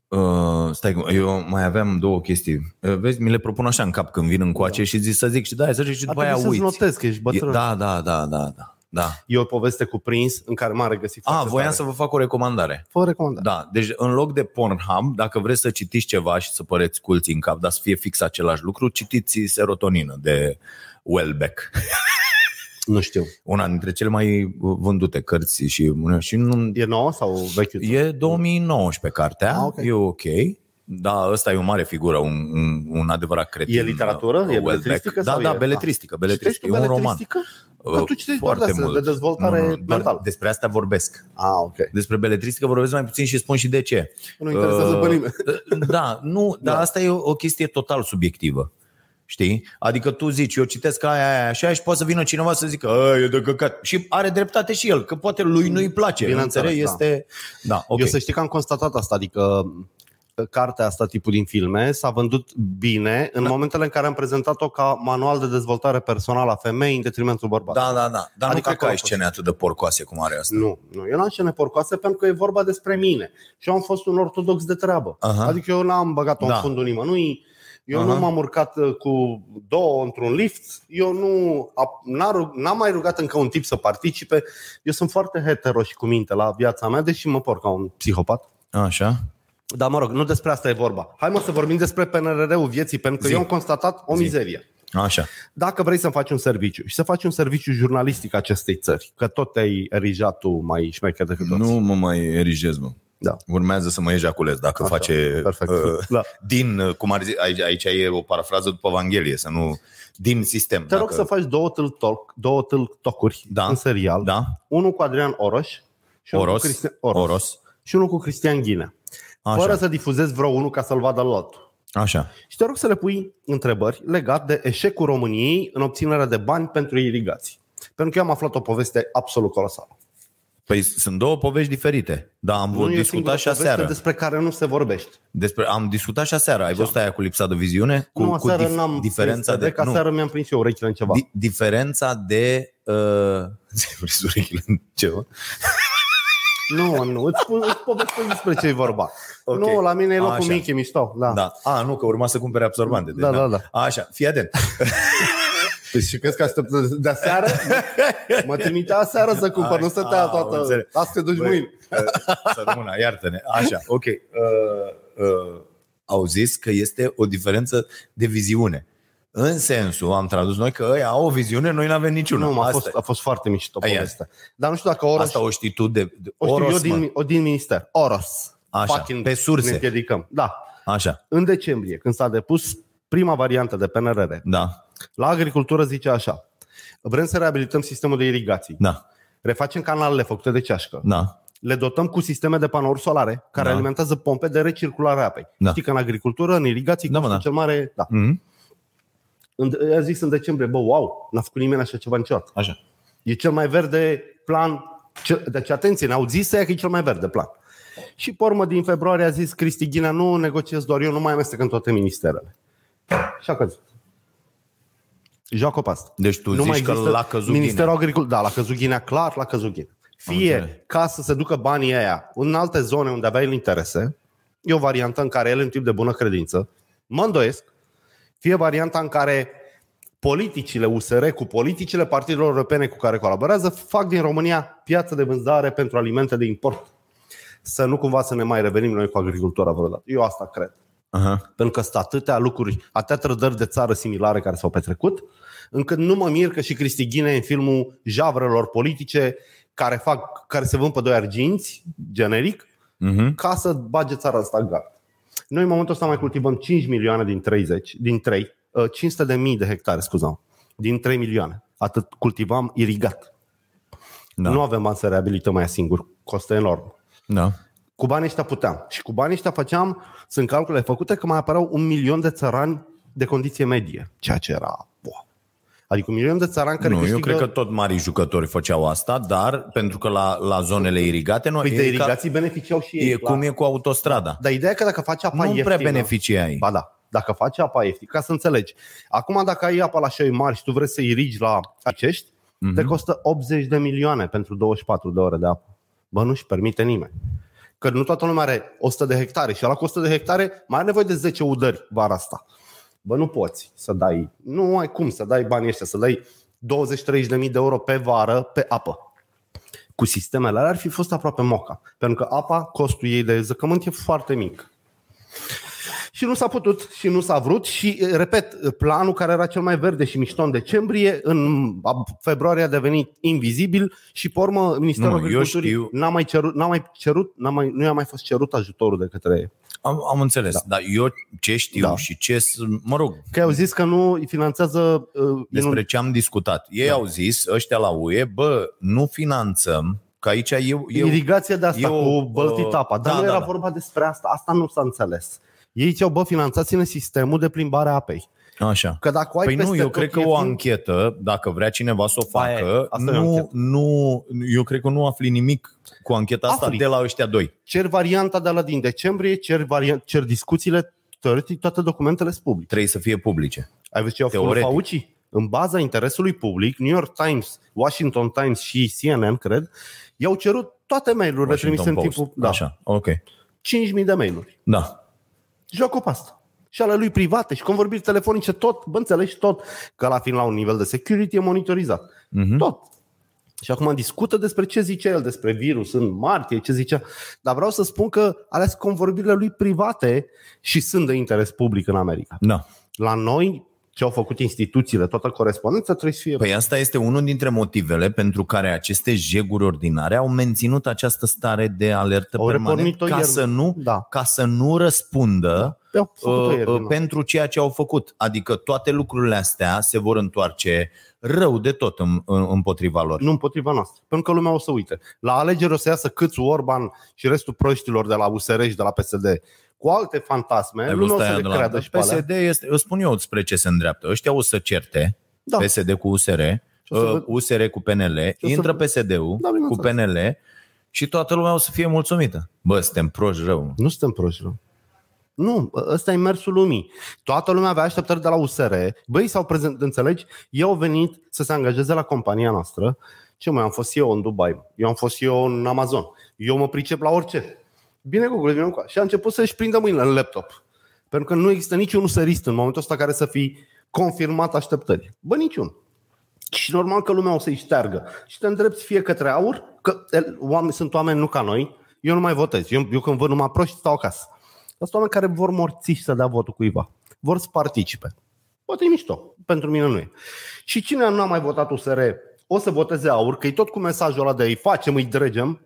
uh, stai, că eu mai aveam două chestii. Uh, vezi, mi le propun așa în cap când vin încoace da. și zic să zic și da, hai să zic și după
Ar
aia
trebui să-ți
uiți.
notezi că ești bătrân.
E- da, da, da, da, da. da.
E o poveste cuprins în care m-am regăsit
A,
foarte
voiam
tare.
să vă fac o recomandare.
Vă recomandare.
Da, deci în loc de Pornhub, dacă vreți să citiți ceva și să păreți culți în cap, dar să fie fix același lucru, citiți Serotonină de Wellbeck.
Nu știu.
Una dintre cele mai vândute cărți și, și nu,
E nouă sau vechiuță?
e 2019 cartea,
Ah,
ah,
ok.
okay. e ok. Da, ăsta e o mare figură, un, un, un adevărat cretin.
E literatură? E
Wellbeck.
beletristică
Da,
sau
da,
e-
beletristică,
Citești
beletristică.
tu
E un roman. Uh,
beletristică? Că tu citești doar
Foarte
de, astea,
mult.
de dezvoltare
Nu, nu,
nu,
nu, doar
mentală.
Despre asta vorbesc.
Ah, ok.
Despre beletristică vorbesc mai puțin și spun și de ce.
Nu interesează
Uh,
pe nimeni.
Da, nu, dar da. asta e o, o chestie total subiectivă. Știi? Adică tu zici, eu citesc aia, aia, așa și poate să vină cineva să zică, "A, e de căcat. Și are dreptate și el, că poate lui nu-i place.
Bineînțeles,
Bineînțeles,
da.
este... Da, ok.
Eu să știi că am constatat asta, adică cartea asta, tipul din filme, s-a vândut bine în da. momentele în care am prezentat-o ca manual de dezvoltare personală a femei în detrimentul bărbaților.
Da, da, da. Dar adică nu
Adică
cred că
acolo
ai
a fost.
scene atât de porcoase cum are asta.
Nu, nu. Eu n-am scene porcoase pentru că e vorba despre mine. Și eu am fost un ortodox de treabă.
Aha.
Adică eu n-am băgat-o
Da.
în fundul nimănui. Eu
Aha.
nu m-am urcat uh, cu două într-un lift, eu nu a- n-a rug- n-am mai rugat încă un tip să participe. Eu sunt foarte hetero și cu minte la viața mea, deși mă porc ca un psihopat.
Așa.
Dar mă rog, nu despre asta e vorba. Hai mă să vorbim despre PNRR-ul vieții, pentru că
Zi.
eu am constatat o
Zi.
mizerie
Așa.
dacă vrei să-mi faci un serviciu și să faci un serviciu jurnalistic acestei țări, că tot te-ai erijat tu mai șmecher decât toți.
Nu mă mai erigez, mă.
Da.
Urmează să mă ejaculez dacă
Așa,
face...
perfect.
Uh,
Da.
Din, uh, cum ar zi, aici, aici e o parafrază după Evanghelie, să nu... Din sistem.
Te rog să faci două tilt talk, două tilt talk-uri
Da.
în serial.
Da?
Unul cu Adrian Oroș și unul
Oros.
cu Cristian Oros,
Oros.
Oros. și unul cu Cristian Ghinea.
Așa.
Fără să difuzezi vreo unul ca să-l vadă lot.
Așa.
Și te rog să le pui întrebări legate de eșecul României în obținerea de bani pentru irigații. Pentru că eu am aflat o poveste absolut colosală.
Păi sunt două povești diferite. Dar am
Nu e singura
discutat și
poveste
aseară.
despre care nu se vorbește.
Despre, am discutat și aseară. Ai văzut aia cu lipsa de viziune? Cu,
nu,
cu
aseară
dif-
n-am
diferența de...
Că aseară mi-am prins eu urechile în ceva.
Di- diferența de... Uh, ți-ai prins urechile în ceva?
Nu, nu, îți, spun, îți povestesc despre ce e vorba.
Ok.
Okay. Nu, la mine e locul
Așa.
mic, e mișto. Da.
Da. A, nu, că urma să cumpere absorbante. deci
Da, da, da.
Așa, fii atent.
Păi și crezi că aștept de seară? mă trimitea seară să cumpăr,
Ai,
nu să te ia
a, am înțeles.
toată. Asta te duci
Băi, uh,
mâine.
Să rămână, iartă-ne. Așa, ok. Uh, uh, au zis că este o diferență de viziune. În sensul, am tradus noi că ei au o viziune, noi nu avem niciuna.
Nu, a
asta,
fost, a fost foarte mișto
Aia.
povestea. Dar nu știu dacă Oros,
asta o știi tu de, de
o știu
Oros,
eu
mă.
din, o din minister. Oros.
Așa,
Fucking
pe surse.
Ne împiedicăm. Da.
Așa,
În decembrie, când s-a depus prima variantă de PNRR,
da,
la agricultură zice așa. Vrem să reabilităm sistemul de irigații.
da,
Refacem canalele făcute de ceașcă.
da.
le dotăm cu sisteme de panouri solare care
Da.
da. alimentează pompe de recirculare a apei.
Da.
Știi că în agricultură, în irigații,
Da,
da,
mă,
da.
da.
cel mare... Da.
Mm-hmm.
În, a zis în decembrie, bă, wow, n-a făcut nimeni așa ceva niciodată.
Așa.
E cel mai verde plan. ce- Deci atenție, ne-au zis ăia că e cel mai verde plan. Și pe urmă, din februarie a zis Cristi Ghinea, nu negociez doar eu, nu mai amestec în toate ministerele. Și a căzut. Joacă pe asta.
Deci tu zici că
există
l-a căzut
Ministerul Agriculturii. Da, l-a căzut Ghinea, clar l-a căzut Ghinea.
Am înțeles.
Fie ca să se ducă banii aia în alte zone unde avea el interese, e o variantă în care el e un tip de bună credință, mă îndoiesc, fie varianta în care politicile USR cu politicile partidelor europene cu care colaborează fac din România piață de vânzare pentru alimente de import. Să nu cumva să ne mai revenim noi cu agricultura vreodată. Eu asta cred
Aha.
pentru că sunt atâtea lucruri, atâtea trădări de țară similare care s-au petrecut, încât nu mă mir că și Cristi Ghine e în filmul javrelor politice care, fac, care se vând pe doi arginți, generic,
Mm-hmm.
ca să bage țara asta în gard. Noi în momentul ăsta mai cultivăm 5 milioane din 30, din 3, 500 de mii de hectare, scuzam, din 3 milioane. Atât cultivam irigat.
Da.
Da. Nu avem bani să reabilităm mai singur, costă enorm
Da.
cu banii ăștia puteam. Și cu banii ăștia făceam, sunt calcule făcute, că mai apăreau un milion de țărani de condiție medie, ceea ce era... Boah. Adică un milion de țărani care
nu,
câștigă...
eu cred că tot mari jucători făceau asta, dar pentru că la, la zonele irigate... Nu,
Păi de
e ca-
irigații beneficiau și ei.
E
clar.
cum e cu autostrada.
Dar ideea e că dacă faci apa
Nu
ieftină...
prea beneficiai.
Ba da, dacă faci apa ieftină, ca să înțelegi. Acum dacă ai apa la șoi mari și tu vrei să irigi la acești, mm-hmm. te costă 80 de milioane pentru 24 de ore de apă. Bă, nu-și permite nimeni. Că nu toată lumea are 100 de hectare și la 100 de hectare mai are nevoie de 10 udări vara asta. Bă, nu poți să dai, nu ai cum să dai banii ăștia, să dai 20-30 de mii de euro pe vară pe apă. Cu sistemele alea ar fi fost aproape moca, pentru că apa, costul ei de zăcământ e foarte mic. Și nu s-a putut și nu s-a vrut și, repet, planul care era cel mai verde și mișto în decembrie, în februarie a devenit invizibil și, pe urmă, Ministerul
Nu, eu
Agriculturii
știu-
n-a mai cerut, n-a mai cerut n-a mai, nu i-a mai fost cerut ajutorul de către
Am, am înțeles, da. dar eu ce știu da.
Da.
și ce... s- Mă rog,
Că au zis că nu îi finanțează uh,
despre
inund-
ce am discutat. Ei da. au zis, ăștia la UE, bă, nu finanțăm, că aici eu... eu
irigația de asta
eu,
cu băltit
uh,
apa.
da,
Dar da, nu
da,
era
da.
vorba despre asta. Asta nu s-a înțeles. Ei ziceau, bă, finanțați-ne sistemul de plimbare a apei.
Așa.
Că dacă o ai
Păi
peste
nu, eu
tot
cred că
ieftin-
o anchetă, dacă vrea cineva să o
Aia e,
facă,
asta e o
nu,
anchetă.
nu, eu cred că nu afli nimic cu ancheta asta
Afli.
de la ăștia doi.
Cer varianta de la din decembrie, cer, varia- cer discuțiile, teoretic toate documentele sunt publice.
Trebuie să fie publice.
Ai văzut ce au făcut
Teoretic.
Fauci? În baza interesului public, New York Times, Washington Times și CNN, cred, i-au cerut toate mail-urile trimise în
Washington Post.
timpul... Da,
Așa, ok.
5.000 de mail-uri.
Da.
Joacă pe asta. Și ale lui private și convorbiri telefonice, tot, bă, înțelegi tot, că la fiind la un nivel de security e monitorizat.
Mhm.
Mm-hmm. Tot. Și acum discută despre ce zice el, despre virus în martie, ce zicea. Dar vreau să spun că alea sunt convorbirile lui private și sunt de interes public în America.
Da.
La noi, ce au făcut instituțiile, toată corespondența trebuie să fie...
Păi asta este unul dintre motivele pentru care aceste jeguri ordinare au menținut această stare de alertă
Au
permanent
repornit-o
ca,
ieri.
să nu,
Da.
ca să nu răspundă
Au făcut-o
uh,
ieri,
uh,
din nou.
pentru ceea ce au făcut. Adică toate lucrurile astea se vor întoarce rău de tot în, în, împotriva lor.
nu împotriva noastră. Pentru că lumea o să uite. La alegeri o să iasă câțu Orban și restul proștilor de la USR și de la PSD cu alte fantasme.
Ai
lumea o
văzut aia
să
de
le
la-
creadă și pe alea.
PSD este, îți spun eu spre ce se îndreaptă. Ăștia o să certe
Da.
PSD cu USR,
o să
uh,
văd-
USR cu PNL,
o să
intră
văd-
PSD-ul
Da,
cu
bineînțeles.
PNL și toată lumea o să fie mulțumită. Bă, suntem proști rău.
Nu suntem proști, nu. Nu, ăsta e mersul lumii. Toată lumea avea așteptări de la USR. Băi, s-au prezent, înțelegi? Ei au venit să se angajeze la compania noastră. Ce mai am fost eu în Dubai, eu am fost eu în Amazon, eu mă pricep la orice. Bine, Google, bine cu Și a început să-și prindă mâinile în laptop. Pentru că nu există niciun userist în momentul ăsta care să fi confirmat așteptări. Bă, niciun. Și normal că lumea o să-i șteargă. Și te îndrepți fie către aur, că el- oameni, sunt oameni nu ca noi, eu nu mai votez. Eu, eu când văd numai proști, stau acasă. Dar sunt oameni care vor morți și să dea votul cuiva. Vor să participe. Poate e mișto. Pentru mine nu e. Și cine nu a mai votat USR, o să voteze aur, că e tot cu mesajul ăla de îi facem, îi dregem.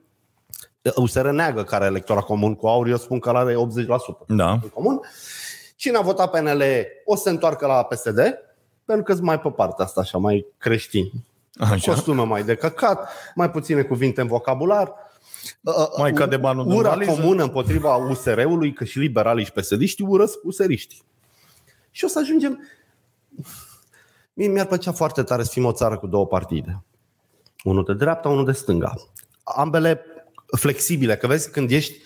USR neagă care electora comun cu aur, eu spun că ăla are 80%
Da.
în comun. Cine a votat PNL o să se întoarcă la PSD, pentru că sunt mai pe partea asta, așa, mai creștin.
Așa.
Costume mai de căcat, mai puține cuvinte în vocabular.
Mai
Uh,
cade banul din
Ura
valiză.
comună împotriva USR-ului, că și liberalii și psd urăsc useriștii. Și o să ajungem... Mie mi-ar plăcea foarte tare să fim o țară cu două partide. Unul de dreapta, unul de stânga. Ambele flexibile, că vezi, când ești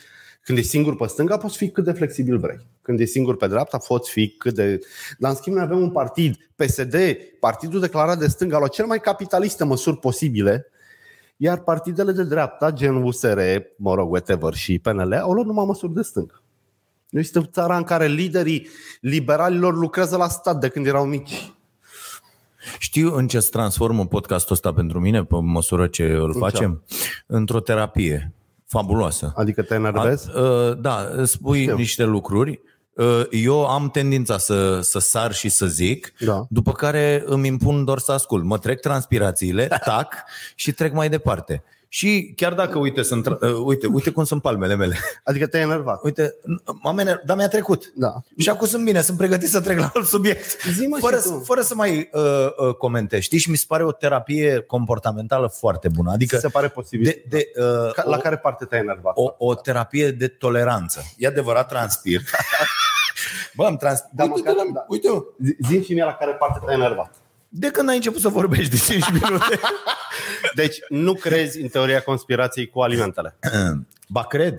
când ești singur pe stânga, poți fi cât de flexibil vrei. Când ești singur pe dreapta, poți fi cât de... Dar, în schimb, noi avem un partid, PSD, partidul declarat de stânga, a luat cel mai capitaliste măsuri posibile, iar partidele de dreapta, gen USR, mă rog, whatever, și PNL, au luat numai măsuri de stânga. Noi suntem țara în care liderii liberalilor lucrează la stat de când erau mici.
Știu în ce se transformă podcastul ăsta pentru mine, pe măsură ce îl facem, într-o terapie fabuloasă.
Adică te enervezi?
A- uh, Da, spui Știu. niște lucruri. Uh, Eu am tendința să, să sar și să zic,
Da.
după care îmi impun doar să ascult. Mă trec transpirațiile, tac, și trec mai departe. Și chiar dacă, uite, sunt, tra- uh, uite, uite cum sunt palmele mele.
Adică te-ai enervat?
Uite, m-am ener- dar mi-a trecut.
Da.
Și acum sunt bine, sunt pregătit să trec la alt subiect.
Zi-mă și
fără,
tu.
să- fără să mai uh, uh, comentez. Știi? Și mi se pare o terapie comportamentală foarte bună. Adică
Adică se pare posibil.
de,
De,
de, uh,
Ca,
o,
la care parte te-ai enervat?
o, o terapie de toleranță. E adevărat, transpir. Bă, am transpir.
Da,
Da, uite,
măcar-
măcar,
da.
da. uite
Zi- Zi-mi și mie la care parte te-ai enervat.
de când ai început să vorbești de 5 minute?
Deci nu crezi în teoria conspirației cu alimentele.
ba, cred.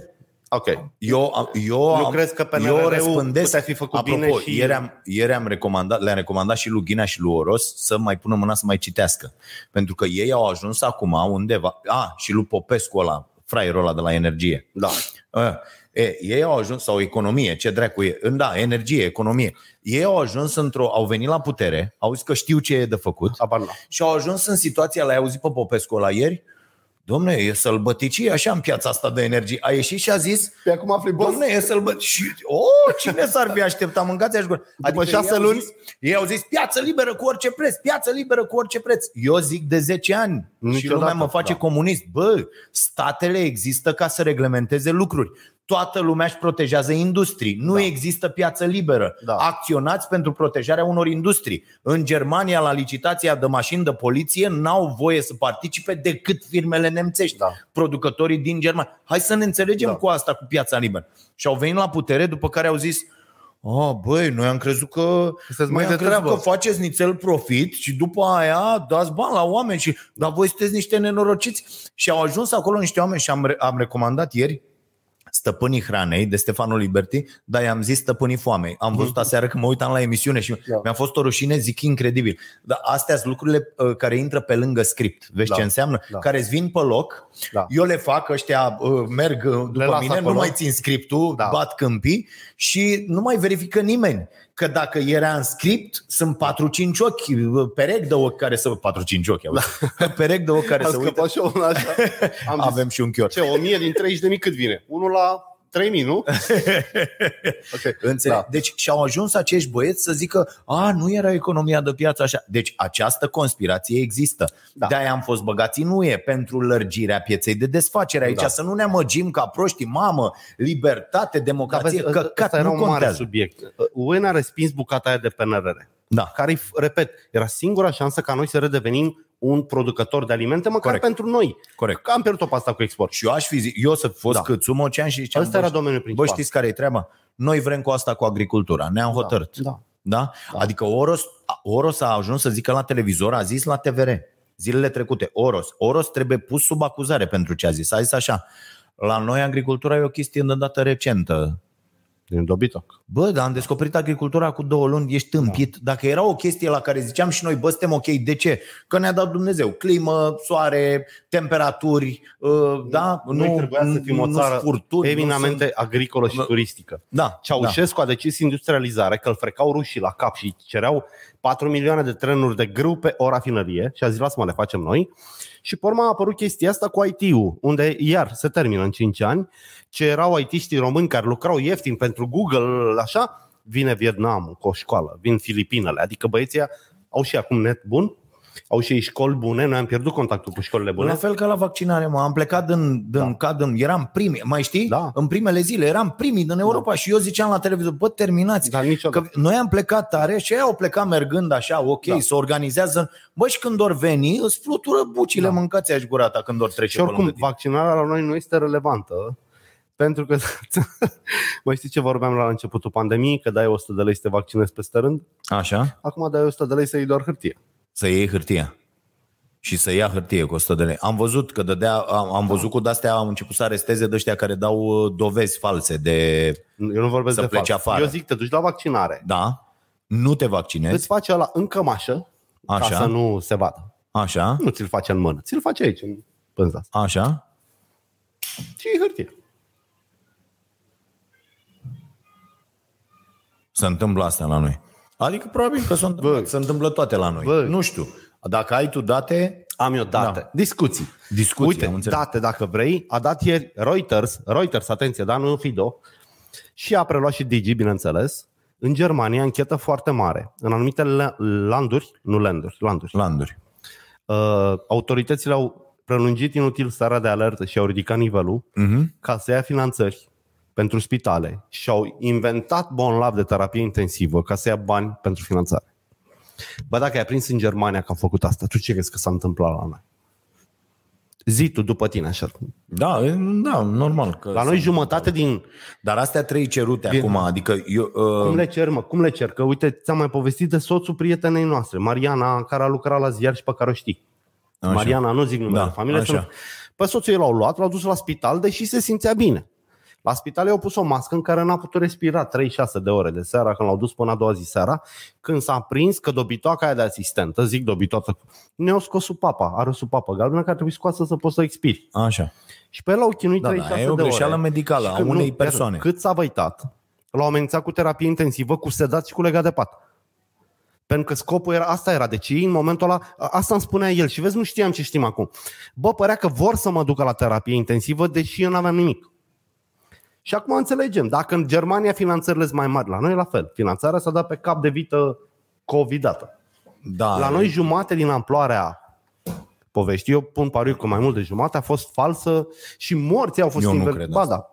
Ok.
Eu, am- eu,
Nu
am-
crezi că PNRR-ul
eu răspândesc.
putea fi făcut
Apropo,
bine și-
ieri, am, ieri am recomandat, le-am recomandat și lui Ghina și lui Oros să mai pună mâna să mai citească. Pentru că ei au ajuns acum undeva. A, și lui Popescu ăla, fraierul ăla de la energie.
Da.
A, E, ei au ajuns, sau economie, ce dracu e, În, da, energie, economie. Ei au ajuns într-o, au venit la putere, au zis că știu ce e de făcut
Abar nu.
și au ajuns în situația, l-ai auzit pe Popescu la ieri? Domne, e sălbăticie așa în piața asta de energie. A ieșit și a zis,
Pe acum a flibos.
Domne, e sălbăt. Și, oh, cine s-ar fi așteptat? Mâncați aș gură. Adică
șase
ei au
luni?
Zis, ei au zis, piață liberă cu orice preț, piață liberă cu orice preț. Eu zic de 10 ani. și
Niciodată,
lumea mă face
da.
comunist. Bă, statele există ca să reglementeze lucruri. Toată lumea își protejează industrii. Nu
Da.
există piață liberă.
Da.
Acționați pentru protejarea unor industrii. În Germania, la licitația de mașini de poliție, n-au voie să participe decât firmele nemțești,
Da.
producătorii din Germania. Hai să ne înțelegem
Da.
cu asta, cu piața liberă. Și au venit la putere, după care au zis, A, băi, noi am crezut că,
Sunteți
mai
mai
am
de
crezut
treabă.
că faceți nițel profit și după aia dați bani la oameni. Și, dar voi sunteți niște nenorociți. Și au ajuns acolo niște oameni și am, re- am recomandat ieri Stăpânii Hranei de Stefano Liberti, dar i-am zis Stăpânii Foamei. Am văzut aseară că mă uitam la emisiune și
Mhm. Da.
mi-a fost o rușine, zic incredibil. Dar astea sunt lucrurile uh, care intră pe lângă script. Vezi
Da.
ce înseamnă?
Da.
Care îți vin pe loc,
Da.
eu le fac, ăștia uh, merg uh, după
las
mine,
acolo.
nu mai țin scriptul,
Da.
da. bat câmpii și nu mai verifică nimeni. Că dacă era în script, sunt 4-5 ochi, uh, perechi de ochi care să... 4-5 ochi, da. perechi de ochi care
Am
să uită.
scăpat și eu una așa. Am zis,
Avem și un chior.
ce, 1000 din 30 de mii cât vine? Unul la 3000, nu? Ok.
Înțeleg.
Da.
Da. Deci și-au ajuns acești băieți să zică, a, nu era economia de piață așa. Deci această conspirație există.
Da.
Da. De-aia am fost băgați în UE pentru lărgirea pieței de desfacere aici.
Da.
Da. Să nu ne amăgim ca proștii, mamă, libertate, democrație,
Dar vezi, ă-
căcat,
ăsta era
nu
un mare
contează.
subiect. UE n-a respins bucata aia de PNRR,
Da.
care, repet, era singura șansă ca noi să redevenim un producător de alimente, măcar Corect.
Corect.
pentru noi.
Correct.
Că am pierdut-o pe asta cu export.
Și eu aș fi zis, eu să fi fost
Da.
da. câțu mocean și ziceam,
Asta era
bă,
domeniul
bă,
principal.
știți care e treaba? Noi vrem cu asta cu agricultura, ne-am hotărât.
Da. da.
Da?
Da.
da? Adică Oros, Oros a ajuns să zică la televizor, a zis la TVR zilele trecute, Oros. Oros trebuie pus sub acuzare pentru ce a zis. A zis așa, la noi agricultura e o chestie de dată recentă.
Din dobitoc.
Bă, dar am descoperit agricultura cu două luni, ești tâmpit. Da. Dacă era o chestie la care ziceam și noi, bă, suntem ok, de ce? Că ne-a dat Dumnezeu climă, soare, temperaturi, uh, da?
Noi trebuia să fim o
nu
țară
furturi, nu
Eminamente
sunt-
agricolă și
Bă,
turistică.
Da, da.
Ceaușescu a decis industrializare, că îl frecau rușii la cap și cereau 4 milioane de trenuri de grâu pe o rafinărie și a zis, lasă-mă, le facem noi. Și pe urmă a apărut chestia asta cu IT-ul, unde iar se termină în 5 ani, ce erau IT-știi români care lucrau ieftin pentru Google, așa, vine Vietnamul cu o școală, vin Filipinele, adică băieții ăia au și acum net bun, au și ei școli bune, noi am pierdut contactul cu școlile bune.
La fel ca la vaccinare, mă. Am plecat din, din
Da.
da. cad, în, eram primii, mai știi?
Da.
În primele zile eram primii din Europa da. și eu ziceam la televizor, bă, terminați.
Dar niciodată.
Că noi am plecat tare și ei au plecat mergând așa, ok,
Da.
da. se organizează. Bă, și când ori veni, îți flutură bucile,
Da.
da. mâncați aș gura ta când ori trece
Și oricum,
pe lângă
vaccinarea la noi nu este relevantă, pentru că, mai știi ce vorbeam la începutul pandemiei, că dai 100 de lei să te vaccinezi peste rând,
tine. Așa?
acum dai 100 de lei să iei doar hârtie.
Să iei hârtia. Și să ia hârtie cu 100 de lei. Am văzut că dădea, am, am văzut cu de-astea, am început să aresteze de ăștia care dau uh, dovezi false de...
Eu nu vorbesc
Să
de
pleci
fals.
afară.
Eu zic, te duci la vaccinare,
Da? Nu te vaccinezi.
îți face ăla în cămașă, ca
Așa.
să nu se vadă.
Așa?
Nu ți-l face în mână, ți-l face aici, în pânza asta.
Așa?
Și iei hârtie.
Se întâmplă asta la noi. Adică probabil că se întâmplă,
Bă.
se întâmplă toate la noi.
Bă.
Nu știu. Dacă ai tu date,
Am eu date. Da.
Da.
Discuții.
Discuții, am
Uite,
înțeles.
date dacă vrei. A dat ieri Reuters, Reuters, atenție, dar nu Fido. Și a preluat și Digi, bineînțeles. În Germania, închetă foarte mare. În anumite la- landuri, nu landuri, landuri,
landuri.
uh, autoritățile au prelungit inutil starea de alertă și au ridicat nivelul
Mhm.
ca să ia finanțări pentru spitale și au inventat bonlav de terapie intensivă ca să ia bani pentru finanțare. Bă, dacă ai prins în Germania că am făcut asta, tu ce crezi că s-a întâmplat la noi? Zi tu după tine, așa.
Da, e- da, normal. Că
La noi jumătate din...
Dar astea trei cerute
Bine.
acum, adică eu...
Cum
Uh,
le cer, mă? Cum le cer? Că uite, ți-am mai povestit de soțul prietenei noastre, Mariana, care a lucrat la ziar și pe care o știi. Așa.
Așa.
Mariana, nu zic numele
Da,
da, familie.
așa.
Sunt... Pe soțul ei l-au luat, l-au dus la spital, deși se simțea bine. La spital i-au pus o mască în care n-a putut respira 36 de ore de seara, când l-au dus până a doua zi seara, când s-a prins că dobitoaca aia de asistentă, zic dobitoacă, ne-au scos supapa, are o supapă galbenă care trebuie scoasă să poți să expiri.
Așa.
Și pe el l-au chinuit
Da,
36
da, e o
de ore.
greșeală medicală
Și
a
când-
unei
iar
persoane.
Cât s-a văitat, l-au amenințat cu terapie intensivă, cu sedat și cu legat de pat. Pentru că scopul era, asta era. Deci ei în momentul ăla, a- asta îmi spunea el și vezi, nu știam ce știm acum. Bă, părea că vor să mă ducă la terapie intensivă, deși eu n-aveam nimic. Și acum înțelegem, dacă în Germania finanțările sunt mai mari, la noi la fel. Finanțarea s-a dat pe cap de vită covidată.
Da,
La noi jumate din amploarea poveștii, eu pun pariu că mai mult de jumate a fost falsă și morții au fost
Eu nu
inven-
cred
Ba
asta.
da.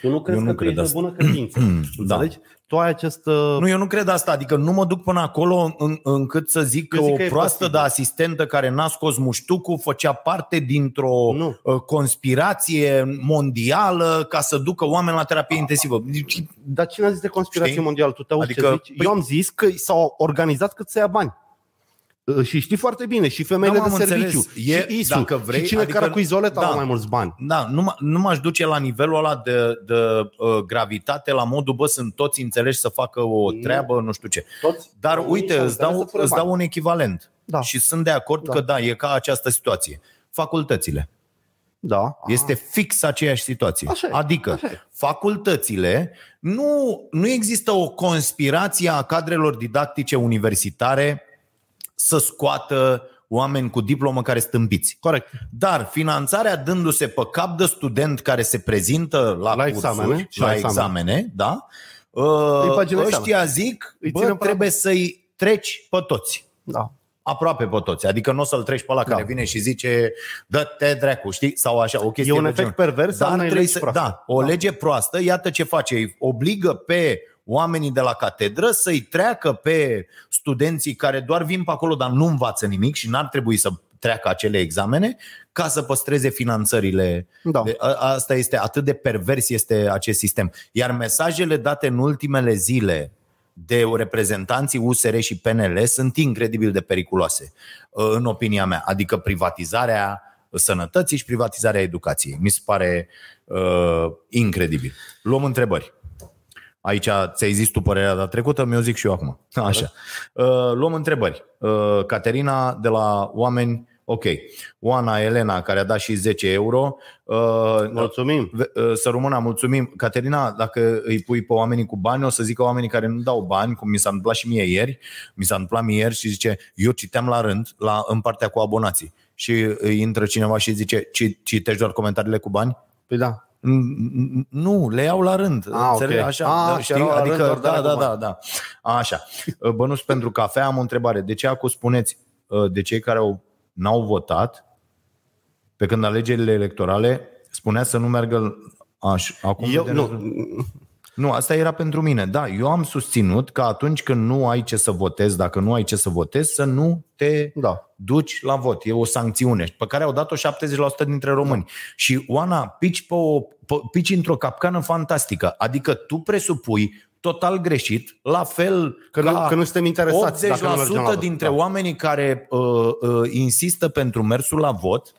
Tu nu crezi
Eu nu
că tu
cred
ești de
asta.
bună credință. Înțelegi? Tu ai acest... uh,
Nu, eu nu cred asta, adică nu mă duc până acolo în, încât să zic că
Eu zic
o
că e
proastă de
posibil.
asistentă care n-a scos muștucul făcea parte dintr-o
Nu.
uh, conspirație mondială ca să ducă oameni la terapie intensivă. Deci,
Dar cine a zis de conspirație
Știi?
Știi? mondială? Tu te adică,
Adică,
ce zici?
păi-
Eu am zis că s-au organizat cât să ia bani. Uh, Și știi foarte bine, și femeile
Da,
de
m-am
serviciu,
înțeles. E-
și ISU,
dacă vrei,
și cine
adică-
care cu izoleta
da.
au mai mulți bani.
Da, nu, m- nu m-aș duce la nivelul ăla de, de uh, gravitate, la modul, bă, sunt toți înțeleși să facă o
Nu.
treabă, nu știu ce.
Toți
Dar
românii
uite,
s-au
îți dau,
înțeles să fure
îți dau
bani.
un echivalent.
Da.
Și sunt de acord
Da.
că da, e ca această situație. Facultățile.
Da.
Este fix aceeași situație.
Așa e,
adică,
așa e.
facultățile, nu, nu există o conspirație a cadrelor didactice universitare să scoată oameni cu diplomă care stâmpiți.
Corect.
Dar finanțarea dându-se pe cap de student care se prezintă la,
La
cursuri,
examene și
la,
la
examene,
examene.
da?
Îi
Uh,
faci în
ăștia zic,
Îi
bă,
ținem pe
trebuie să-i treci pe toți.
Da.
Aproape pe toți. Adică nu o să-l treci pe la care
Da.
vine și zice dă-te dracu, știi? Sau așa, o
E
chestie
un
de
efect
genul.
pervers
Dar
al unei
trebuie
legi
să,
proaste.
da, o lege proastă, iată ce face, îi obligă pe oamenii de la catedră să-i treacă pe studenții care doar vin pe acolo, dar nu învață nimic și n-ar trebui să treacă acele examene ca să păstreze finanțările.
Da.
De, a, asta este atât de pervers este acest sistem. Iar mesajele date în ultimele zile de reprezentanții USR și PNL sunt incredibil de periculoase, uh, în opinia mea. Adică privatizarea sănătății și privatizarea educației. Mi se pare uh, incredibil. Luăm întrebări. Aici ți-ai zis tu părerea de trecută, mi-o zic și eu acum. Așa. Uh, Luăm întrebări. Uh, Caterina de la oameni, ok. Oana Elena, care a dat și 10 euro. Uh,
Mulțumim.
Ve- uh, Să rămână, mulțumim. Caterina, dacă îi pui pe oamenii cu bani, o să zică oamenii care nu dau bani, cum mi s-a întâmplat și mie ieri, mi s-a întâmplat mie ieri și zice, eu citeam la rând, la, în partea cu abonații. Și îi intră cineva și zice, "Ci- citești doar comentariile cu bani?
Păi da.
Mm, Nu, le iau la rând.
Ah,
înțeleg,
ok.
Așa,
Ah,
da, și
știi,
erau la
adică
rând,
doar de
da,
la
da, da,
comandă.
da. Așa. Bănuț pentru cafea, am o întrebare. De ce acum spuneți uh, de cei care au, n-au votat pe când alegerile electorale spunea să nu meargă aș, acum
Eu,
vedem-
nu,
nu, asta era pentru mine. Da, eu am susținut că atunci când nu ai ce să votezi, dacă nu ai ce să votezi, să nu te
da.
duci la vot. E o sancțiune pe care au dat-o 70% dintre români. Și Oana, pici, pe o, pe, pici într-o capcană fantastică. Adică tu presupui total greșit, la fel
Că,
ca
nu, că nu suntem interesați dacă nu mergem la
80%
vot.
dintre
Da.
oamenii care uh, uh, insistă pentru mersul la vot,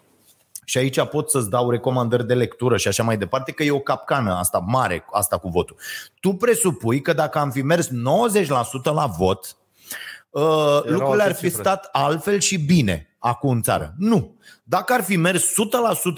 și aici pot să-ți dau recomandări de lectură și așa mai departe, că e o capcană asta mare, asta cu votul. Tu presupui că dacă am fi mers 90% la vot, uh, lucrurile ar
alte
fi
cifre.
stat altfel și bine acum în țară. Nu. Dacă ar fi mers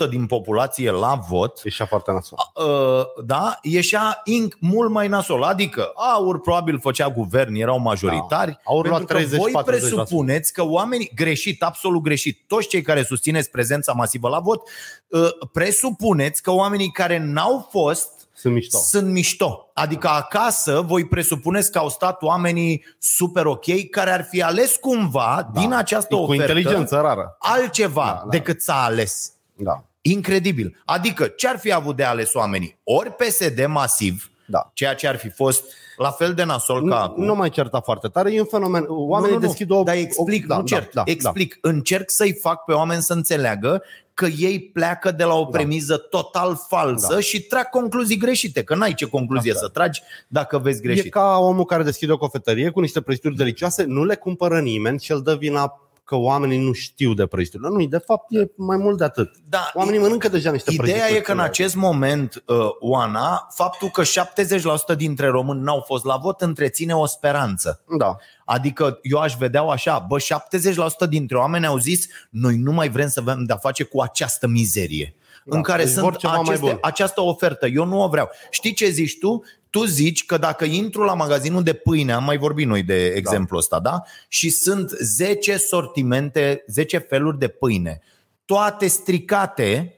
100% din populație la vot,
Ieșea foarte nasol.
uh, da, ieșea inc mult mai nasol. Adică AUR probabil făcea guvern, erau majoritari.
Da. AUR lua
pentru că voi
30-40%.
presupuneți că oamenii, greșit, absolut greșit, toți cei care susțineți prezența masivă la vot, uh, presupuneți că oamenii care n-au fost
Sunt mișto.
sunt mișto.
Da.
Adică acasă voi presupuneți că au stat oamenii super ok care ar fi ales cumva da. din această
Cu
ofertă
inteligență rară.
altceva da,
Da,
da.
da.
decât s-a ales.
Da.
Incredibil. Adică ce ar fi avut de ales oamenii? Ori PSD masiv,
Da.
ceea ce ar fi fost la fel de nasol ca
Nu,
acum.
nu mai certa foarte tare, e un fenomen. Oamenii
nu, nu,
deschid
nu,
o...
Dar explic,
o,
nu cert.
Da,
explic. Încerc să-i fac pe oameni să înțeleagă că ei pleacă de la o premiză total falsă
Da.
și trag concluzii greșite. Că n-ai ce concluzie
Așa.
să tragi dacă vezi
Da. E
greșit.
ca omul care deschide o cofetărie cu niște prăjituri delicioase, nu le cumpără nimeni și el dă vina că oamenii nu știu de prăjiturile. Nu, de fapt e mai mult de atât.
Da,
Oamenii mănâncă deja niște
Ideea
prăjituri.
e că în acest moment, uh, Oana, faptul că 70% dintre români n-au fost la vot întreține o speranță.
Da.
Adică eu aș vedea așa, bă, 70% dintre oameni au zis noi nu mai vrem să avem de-a face cu această mizerie da, în care
deci
sunt
vor ceva mai
aceste,
bun.
această ofertă. Eu nu o vreau. Știi ce zici tu? Tu zici că dacă intru la magazinul de pâine, am mai vorbit noi de exemplu ăsta, da? Și sunt 10 sortimente, 10 feluri de pâine, toate stricate,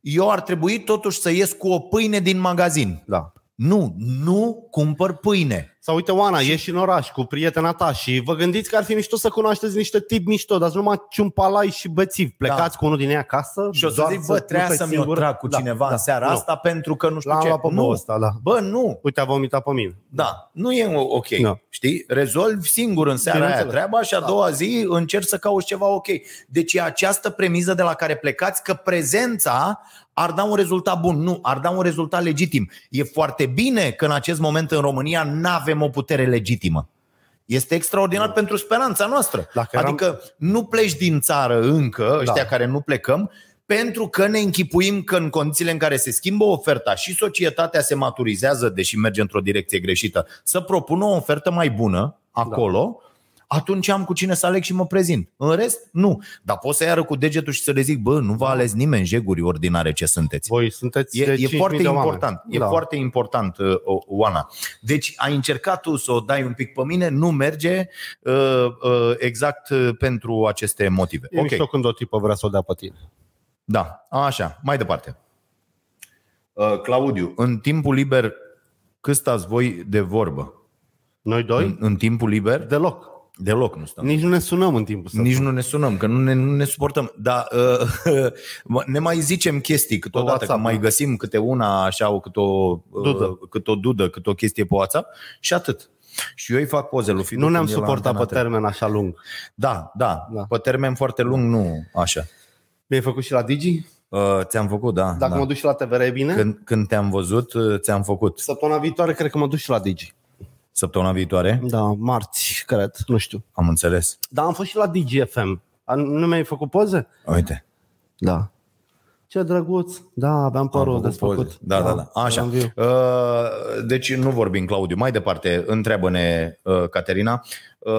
eu ar trebui totuși să ies cu o pâine din magazin.
Da.
Nu, nu cumpăr pâine.
Sau uite, Oana, ieși în oraș cu prietena ta și vă gândiți că ar fi mișto să cunoașteți niște tip mișto, dar numai ciumpalai și bețivi. Plecați cu unul din ei acasă
Da. Și o să
doar
zic, bă,
nu
trebuie
fai
să-mi o
singur.
trag cu
Da,
cineva în seara
nu.
asta pentru că nu știu
L-am
ce.
luat pe
Nu.
nu. ăsta, da.
Bă, nu.
Uite, a vomitat pe mine.
Da, nu e o- ok.
Da.
Știi? Rezolvi singur în seara aia
Bineînțeles. Da.
treaba și a doua zi încerci să cauți ceva ok. Deci e această premiză de la care plecați că prezența ar da un rezultat bun. Nu, ar da un rezultat legitim. E foarte bine că în acest moment în România nu avem o putere legitimă. Este extraordinar pentru speranța noastră.
Da. Dacă eram-
Adică nu pleci din țară încă, ăștia
Da.
care nu plecăm, pentru că ne închipuim că în condițiile în care se schimbă oferta și societatea se maturizează, deși merge într-o direcție greșită, să propună o ofertă mai bună acolo,
Da.
atunci am cu cine să aleg și mă prezint. În rest, nu. Dar pot să iară cu degetul și să le zic, bă, nu v-a ales nimeni jeguri ordinare ce sunteți.
Voi sunteți
E,
de
e
5.000
foarte
de oameni. Da.
important. E foarte important, uh, o- Oana. Deci ai încercat tu să o dai un pic pe mine, nu merge uh, uh, exact uh, pentru aceste motive.
E
ok,
mișto când o tipă vrea să o dea pe tine.
da, așa, mai departe. Uh, Claudiu, în timpul liber, cât stați voi de vorbă?
Noi
În,
doi?
în timpul liber?
Deloc.
Deloc nu stăm.
Nici nu ne sunăm în timpul să
Nici nu ne sunăm, că nu ne, nu ne suportăm. Dar uh, ne mai zicem chestii câteodată,
Pe WhatsApp,
că mai
da.
găsim câte una așa, o- câte o,
Dudă.
Uh, câte o dudă, câte o chestie pe WhatsApp și atât. Și eu îi fac poze lui Fidu
nu ne-am
când e la
suportat
Antena
pe
3.
termen așa lung.
Da, da, da.
Da.
Pe termen foarte lung, nu așa.
Mi-ai făcut și la Digi?
Uh, ți-am făcut, da.
Dacă
da.
mă duc și la TVR, e bine?
Când, când te-am văzut, uh, ți-am făcut.
Săptămâna viitoare cred că mă duc și la Digi.
Săptămâna viitoare?
Da, marți, cred, nu știu.
Am înțeles.
Dar am fost și la Digi FM. A, Nu mi-ai făcut poze?
Uite.
Da. Ce drăguț. Da, aveam părul
Am făcut poze.
desfăcut.
Da, da, da. Așa.
eram viu.
Uh, Deci nu vorbim, Claudiu. Mai departe, întreabă-ne, uh, Caterina. Uh,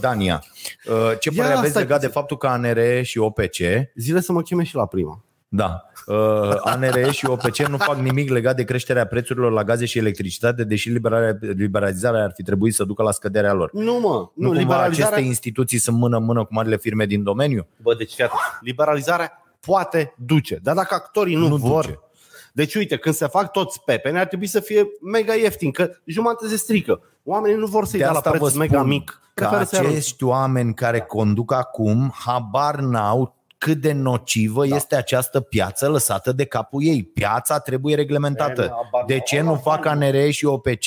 Dania, uh, ce
Ia,
părere aveți
stai
legat de
puțin.
faptul că ANR și OPC,
Zile să mă cheme și la prima.
da, uh, ANR și OPC nu fac nimic legat de creșterea prețurilor la gaze și electricitate, deși liberarea- liberalizarea ar fi trebuit să ducă la scăderea lor.
Nu, mă.
Nu,
Nu,
cumva
liberalizarea...
aceste instituții sunt mână-mână cu marile firme din domeniu?
Bă, deci fii atent. Liberalizarea poate duce. Dar dacă actorii nu,
Nu
nu vor...
duce.
Duce. Deci uite, când se fac toți pepene, ar trebui să fie mega ieftin, că jumate se strică. Oamenii nu vor să-i
De
dea la
asta vă
preț
spun
mega mic.
că
Preferă să-i arunce.
acești oameni care conduc acum habar n-au cât de nocivă da. este această piață lăsată de capul ei. Piața trebuie reglementată.
E, habar
de
n-au.
ce nu fac ANR și OPC?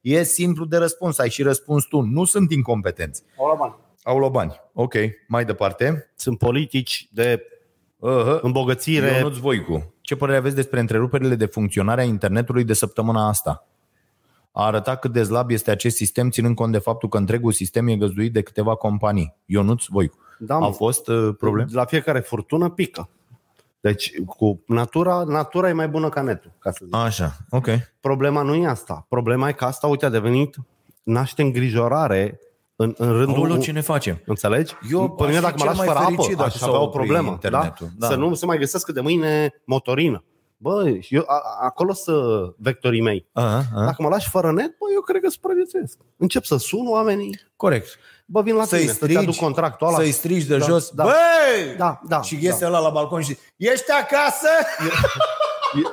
E simplu de răspuns. Ai și răspuns tu. Nu sunt incompetenți.
Au la bani.
Au luat bani. Ok, mai departe.
Sunt politici de
Uh-huh.
îmbogățire.
Ionuț Voicu, ce părere aveți despre întreruperile de funcționare a internetului de săptămâna asta? A arătat cât de slab este acest sistem, ținând cont de faptul că întregul sistem e găzduit de câteva companii. Ionuț Voicu.
Da,
Am.
mă.
Au fost uh, probleme?
La fiecare furtună pică. Deci cu natura, natura e mai bună ca netul, ca să zic.
Așa, ok.
Problema nu e asta. Problema e că asta, uite, a devenit, naște îngrijorare în, în rândul...
Aoleu, ce ne facem?
Înțelegi?
Eu
Pe
aș
mine
fi
dacă mă
cel
lași
mai
fără apă,
fericit dacă
aș
s-ar
avea o
opri
problemă. Da?
internetul, da.
Să nu se mai găsească de mâine motorină. Bă, și eu, a, acolo să vectorii mei.
A, a.
Dacă mă lași fără net, bă, eu cred că supraviețuiesc. Încep să sun oamenii,
Corect.
bă, vin la
Să-i
tine, să-ți
strigi,
aduc contractul ăla.
Să-i strigi de
Da,
jos.
da.
Băi!
Da, da.
Și
da.
iese ăla la balcon și ești acasă?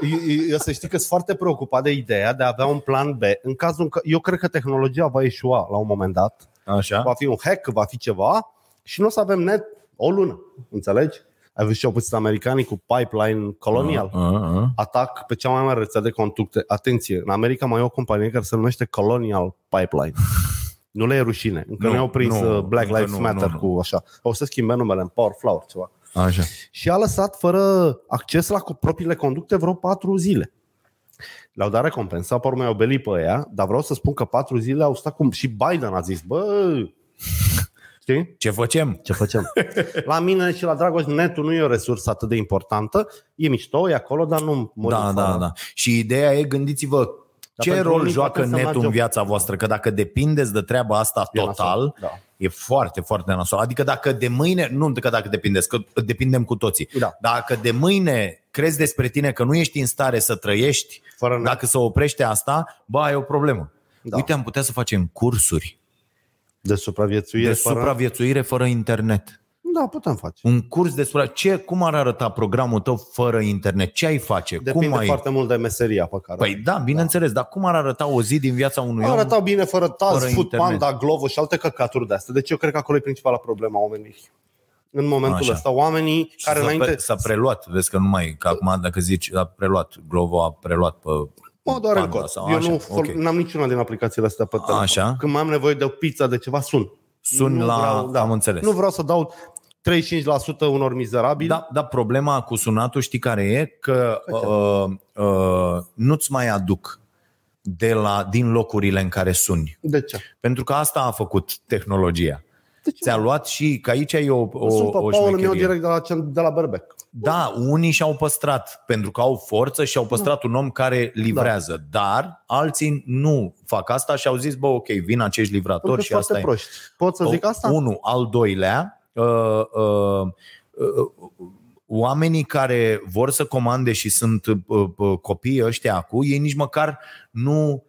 Eu, eu, eu să știi că sunt foarte preocupat de ideea de a avea un plan B. În cazul în care eu cred că tehnologia va ieșua la un moment dat,
Așa.
va fi un hack, va fi ceva și nu o să avem net o lună. Înțelegi? Ai văzut ce au pus americanii cu pipeline colonial?
A, a.
Atac pe cea mai mare rețea de conducte. Atenție, în America mai e o companie care se numește Colonial Pipeline. Nu le e rușine. Încă
Nu,
nu, au prins
nu,
uh, Black
încă
Lives
nu,
Matter
nu, nu.
cu așa. O să schimbe numele în Power Flower ceva
Așa.
și a lăsat fără acces la cu- propriile conducte vreo patru zile. Le-au dat recompensa, pe urmă i-au belit pe ea, dar vreau să spun că patru zile au stat cum și Biden a zis, bă, știi?
Ce facem?
Ce facem? La mine și la Dragoș, netul nu e o resursă atât de importantă. E mișto, e acolo, dar nu mă
Da,
duc
da,
fără.
da. Și ideea e, gândiți-vă, ce
pentru
rol
unii
joacă
poate înseamnă
netul în
job.
viața voastră? Că dacă depindeți de treaba asta
E
total,
nasol, da.
e foarte, foarte nasol. Adică dacă de mâine, nu că dacă depindeți, că depindem cu toții.
Da.
Dacă de mâine crezi despre tine că nu ești în stare să trăiești,
Fără net.
dacă se oprește asta, ba, e o problemă. Da.
Da.
Uite, am putea să facem cursuri
De supraviețuire.
de
fără-
supraviețuire fără internet.
Da, putem face.
Un curs despre ce, cum ar arăta programul tău fără internet? Ce ai face?
Depinde
cum ai...
foarte mult de meseria pe care
Păi da, bineînțeles, dar cum ar arăta o zi din viața unui om?
Arătau bine fără
fără
taz, food
internet.
panda, glovo și alte căcaturi de astea. Deci eu cred că acolo e principala problema a oamenii. În momentul
Așa.
Așa. ăsta, oamenii
Și
care
s-a,
înainte...
pre- s-a preluat, vezi că nu mai, că acum dacă zici, a preluat, Glovo a preluat pe
Mă, doar în
Panda
cot.
sau
Eu
așa,
nu fol-
ok.
n-am niciuna din aplicațiile astea pe telefon.
Așa.
Când mai am nevoie de o pizza, de ceva, sun.
Sun
Nu
la...
vreau- da.
Am înțeles.
Nu vreau să dau 35% unor mizerabili.
Da, da, problema cu sunatul știi care e? Că uh, uh, nu-ți mai aduc de la, din locurile în care suni.
De ce?
Pentru că asta a făcut tehnologia. Ți-a luat și că aici e o, o,
O, Sunt pe
o
Paul meu
șmecherie.
direct de la, cel, de la Berbec.
Da, unii și-au păstrat pentru că au forță și au păstrat un om care livrează, da. dar alții nu fac asta și au zis, bă, ok, vin acești
Sunt
livratori și
foarte
asta e.
proști. Pot să zic asta?
Unu, al doilea, uh, uh, uh, uh, oamenii care vor să comande și sunt uh, uh, copiii ăștia acum, ei nici măcar nu